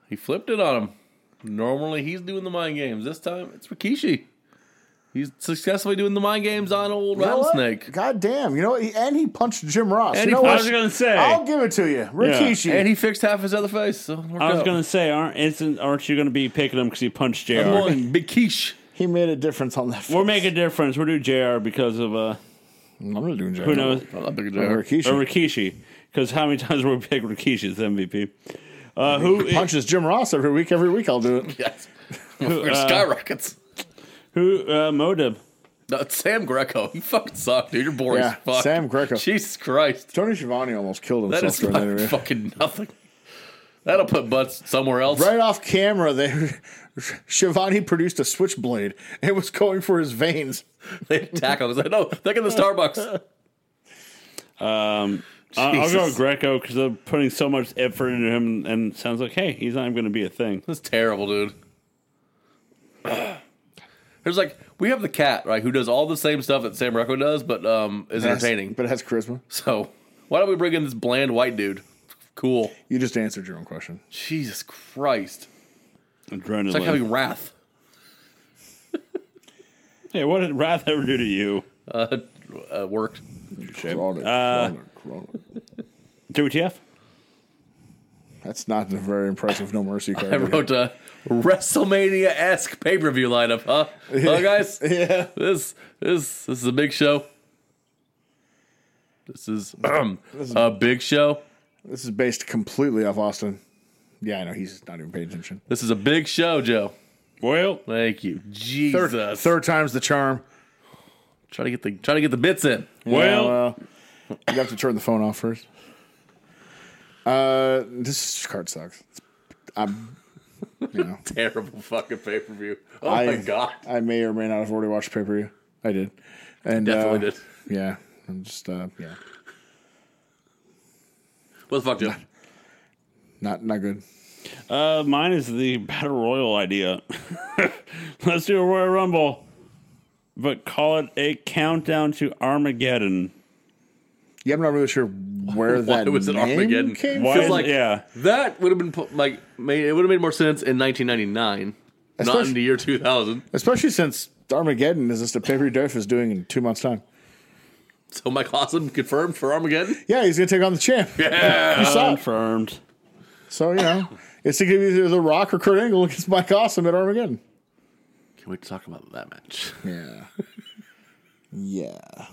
[SPEAKER 2] He flipped it on him. Normally he's doing the mind games. This time it's Rikishi. He's successfully doing the mind games on old
[SPEAKER 3] You know what?
[SPEAKER 2] rattlesnake.
[SPEAKER 3] God damn. You know what? He- And he punched Jim Ross.
[SPEAKER 2] And
[SPEAKER 3] you
[SPEAKER 2] he
[SPEAKER 3] know
[SPEAKER 1] I
[SPEAKER 3] what?
[SPEAKER 1] was gonna say
[SPEAKER 3] I'll give it to you. Rikishi.
[SPEAKER 2] And he fixed half his other face. So it worked
[SPEAKER 1] I was
[SPEAKER 2] out.
[SPEAKER 1] gonna say, aren't isn't, aren't you gonna be picking him because he punched JR?
[SPEAKER 2] I'm going Big Quiche.
[SPEAKER 3] He made a difference on that.
[SPEAKER 1] We'll make a difference. We'll do JR because of uh
[SPEAKER 3] I'm not doing Jim.
[SPEAKER 1] who knows
[SPEAKER 2] I'm not big
[SPEAKER 3] Or
[SPEAKER 2] a
[SPEAKER 3] Rikishi.
[SPEAKER 1] or Rikishi. Because how many <laughs> times will we pick Rikishi as MVP? Uh who
[SPEAKER 3] punches Jim Ross every week. Every week I'll do it. <laughs>
[SPEAKER 2] Yes.
[SPEAKER 3] Uh,
[SPEAKER 2] We're skyrockets.
[SPEAKER 1] who uh Modib?
[SPEAKER 2] No, it's Sam Greco. You fucking suck, dude. You're boring
[SPEAKER 3] Yeah,
[SPEAKER 2] as fuck.
[SPEAKER 3] Sam Greco.
[SPEAKER 2] Jesus Christ.
[SPEAKER 3] Tony Schiavone almost killed
[SPEAKER 2] That
[SPEAKER 3] himself
[SPEAKER 2] is
[SPEAKER 3] during that
[SPEAKER 2] fucking,
[SPEAKER 3] interview.
[SPEAKER 2] fucking nothing. That'll put butts somewhere else.
[SPEAKER 3] Right off camera, they <laughs> Shivani produced a switchblade. It was going for his veins.
[SPEAKER 2] <laughs> They attack him. I was like, no, look at the Starbucks.
[SPEAKER 1] Um, I- I'll go
[SPEAKER 2] Jesus.
[SPEAKER 1] with Greco because they're putting so much effort into him, and it sounds like, hey, he's not even going to be a thing.
[SPEAKER 2] That's terrible, dude. There's like we have the cat, right, who does all the same stuff that Sam Greco does, but um is entertaining.
[SPEAKER 3] But it has charisma.
[SPEAKER 2] So why don't we bring in this bland white dude? Cool.
[SPEAKER 3] You just answered your own question.
[SPEAKER 2] Jesus Christ.
[SPEAKER 1] Adrenaline.
[SPEAKER 2] It's like having wrath.
[SPEAKER 1] hey, what did Wrath ever do to you?
[SPEAKER 2] Uh, uh worked.
[SPEAKER 3] Crawler,
[SPEAKER 2] Uh,
[SPEAKER 3] crawler, crawler.
[SPEAKER 1] WTF?
[SPEAKER 3] That's not a very impressive No Mercy card.
[SPEAKER 2] I wrote a WrestleMania esque pay per view lineup, huh? Huh, guys? <laughs>
[SPEAKER 3] <laughs> yeah.
[SPEAKER 2] This this this is a big show. This is <clears throat> a big show.
[SPEAKER 3] This is based completely off Austin. Yeah, I know he's not even paying attention.
[SPEAKER 2] This is a big show, Joe.
[SPEAKER 1] Well,
[SPEAKER 2] Thank you,
[SPEAKER 3] Third,
[SPEAKER 2] Jesus.
[SPEAKER 3] third time's the charm.
[SPEAKER 2] Try to get the try to get the bits in. <laughs>
[SPEAKER 1] well,
[SPEAKER 3] Yeah, well, you have to turn the phone off first. Uh, this card sucks. I'm, you know,
[SPEAKER 2] Terrible fucking pay per view. Oh my
[SPEAKER 3] I,
[SPEAKER 2] god,
[SPEAKER 3] I may or may not have already watched pay per view. I did, and
[SPEAKER 2] definitely
[SPEAKER 3] uh,
[SPEAKER 2] did.
[SPEAKER 3] Yeah, I'm just uh, yeah,
[SPEAKER 2] What the fuck, Joe?
[SPEAKER 3] not not good.
[SPEAKER 1] uh, mine is the Battle Royal idea. <laughs> Let's do a Royal Rumble, but call it a countdown to Armageddon.
[SPEAKER 3] Yeah, I'm not really sure
[SPEAKER 2] <laughs>
[SPEAKER 3] where
[SPEAKER 2] Why
[SPEAKER 3] that
[SPEAKER 2] was it
[SPEAKER 3] name
[SPEAKER 2] Armageddon?
[SPEAKER 3] came
[SPEAKER 1] Why
[SPEAKER 3] from.
[SPEAKER 1] is
[SPEAKER 2] like-
[SPEAKER 1] it, yeah.
[SPEAKER 2] That would have been pu- like made, it would have made more sense in 1999, not in
[SPEAKER 3] Especially-
[SPEAKER 2] the year 2000.
[SPEAKER 3] Especially since Armageddon is just a pay per view Def is doing in two months' time.
[SPEAKER 2] So Mike Awesome confirmed for Armageddon.
[SPEAKER 3] Yeah, he's gonna take on the champ.
[SPEAKER 2] Yeah.
[SPEAKER 3] <laughs> You saw it.
[SPEAKER 1] Uh, Confirmed.
[SPEAKER 3] So you know, it's gonna be either The Rock or Kurt Angle against Mike Awesome at Armageddon.
[SPEAKER 2] Can we talk about that match?
[SPEAKER 3] Yeah. yeah.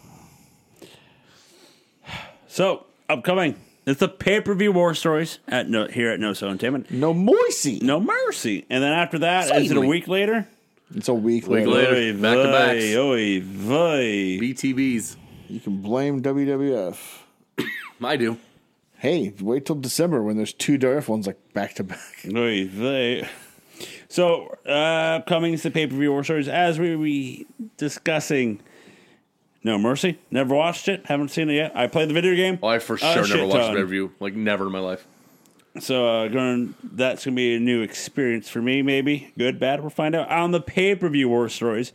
[SPEAKER 1] So, upcoming. It's the pay per view war stories at no, here at No So Entertainment.
[SPEAKER 3] No Moisey.
[SPEAKER 1] No mercy. And then after that, is it a
[SPEAKER 2] Certainly.
[SPEAKER 1] week later?
[SPEAKER 3] It's a week
[SPEAKER 2] Week
[SPEAKER 3] later.
[SPEAKER 2] later. back to backs.
[SPEAKER 1] Oy vey.
[SPEAKER 2] BTBs.
[SPEAKER 3] You can blame WWF.
[SPEAKER 2] I do.
[SPEAKER 3] Hey, wait till December when there's two WWF ones like back to back.
[SPEAKER 1] Oy vey. So, uh, coming to the pay per view war stories, as we we discussing No Mercy, never watched it, haven't seen it yet. I played the video game.
[SPEAKER 2] Oh, I for
[SPEAKER 1] a
[SPEAKER 2] sure never
[SPEAKER 1] shit
[SPEAKER 2] watched
[SPEAKER 1] ton.
[SPEAKER 2] a review. Like never in my life.
[SPEAKER 1] So uh, going that's gonna be a new experience for me, maybe good, bad. We'll find out on the pay per view war stories.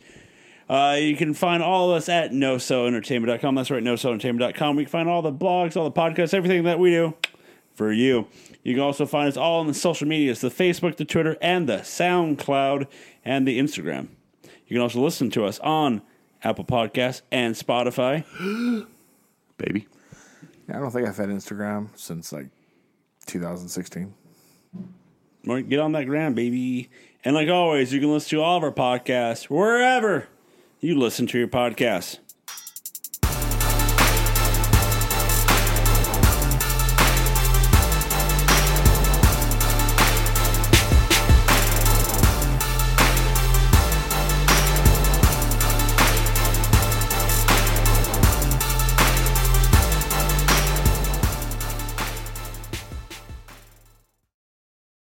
[SPEAKER 1] Uh, you can find all of us at nosoentertainment.com. That's right, nosoentertainment.com. We can find all the blogs, all the podcasts, everything that we do for you. You can also find us all on the social medias the Facebook, the Twitter, and the SoundCloud, and the Instagram. You can also listen to us on Apple Podcasts and Spotify.
[SPEAKER 2] Baby.
[SPEAKER 3] I don't think I've had Instagram since like 2016.
[SPEAKER 1] Mark, Get on that ground, baby. And like always, you can listen to all of our podcasts wherever you listen to your podcasts.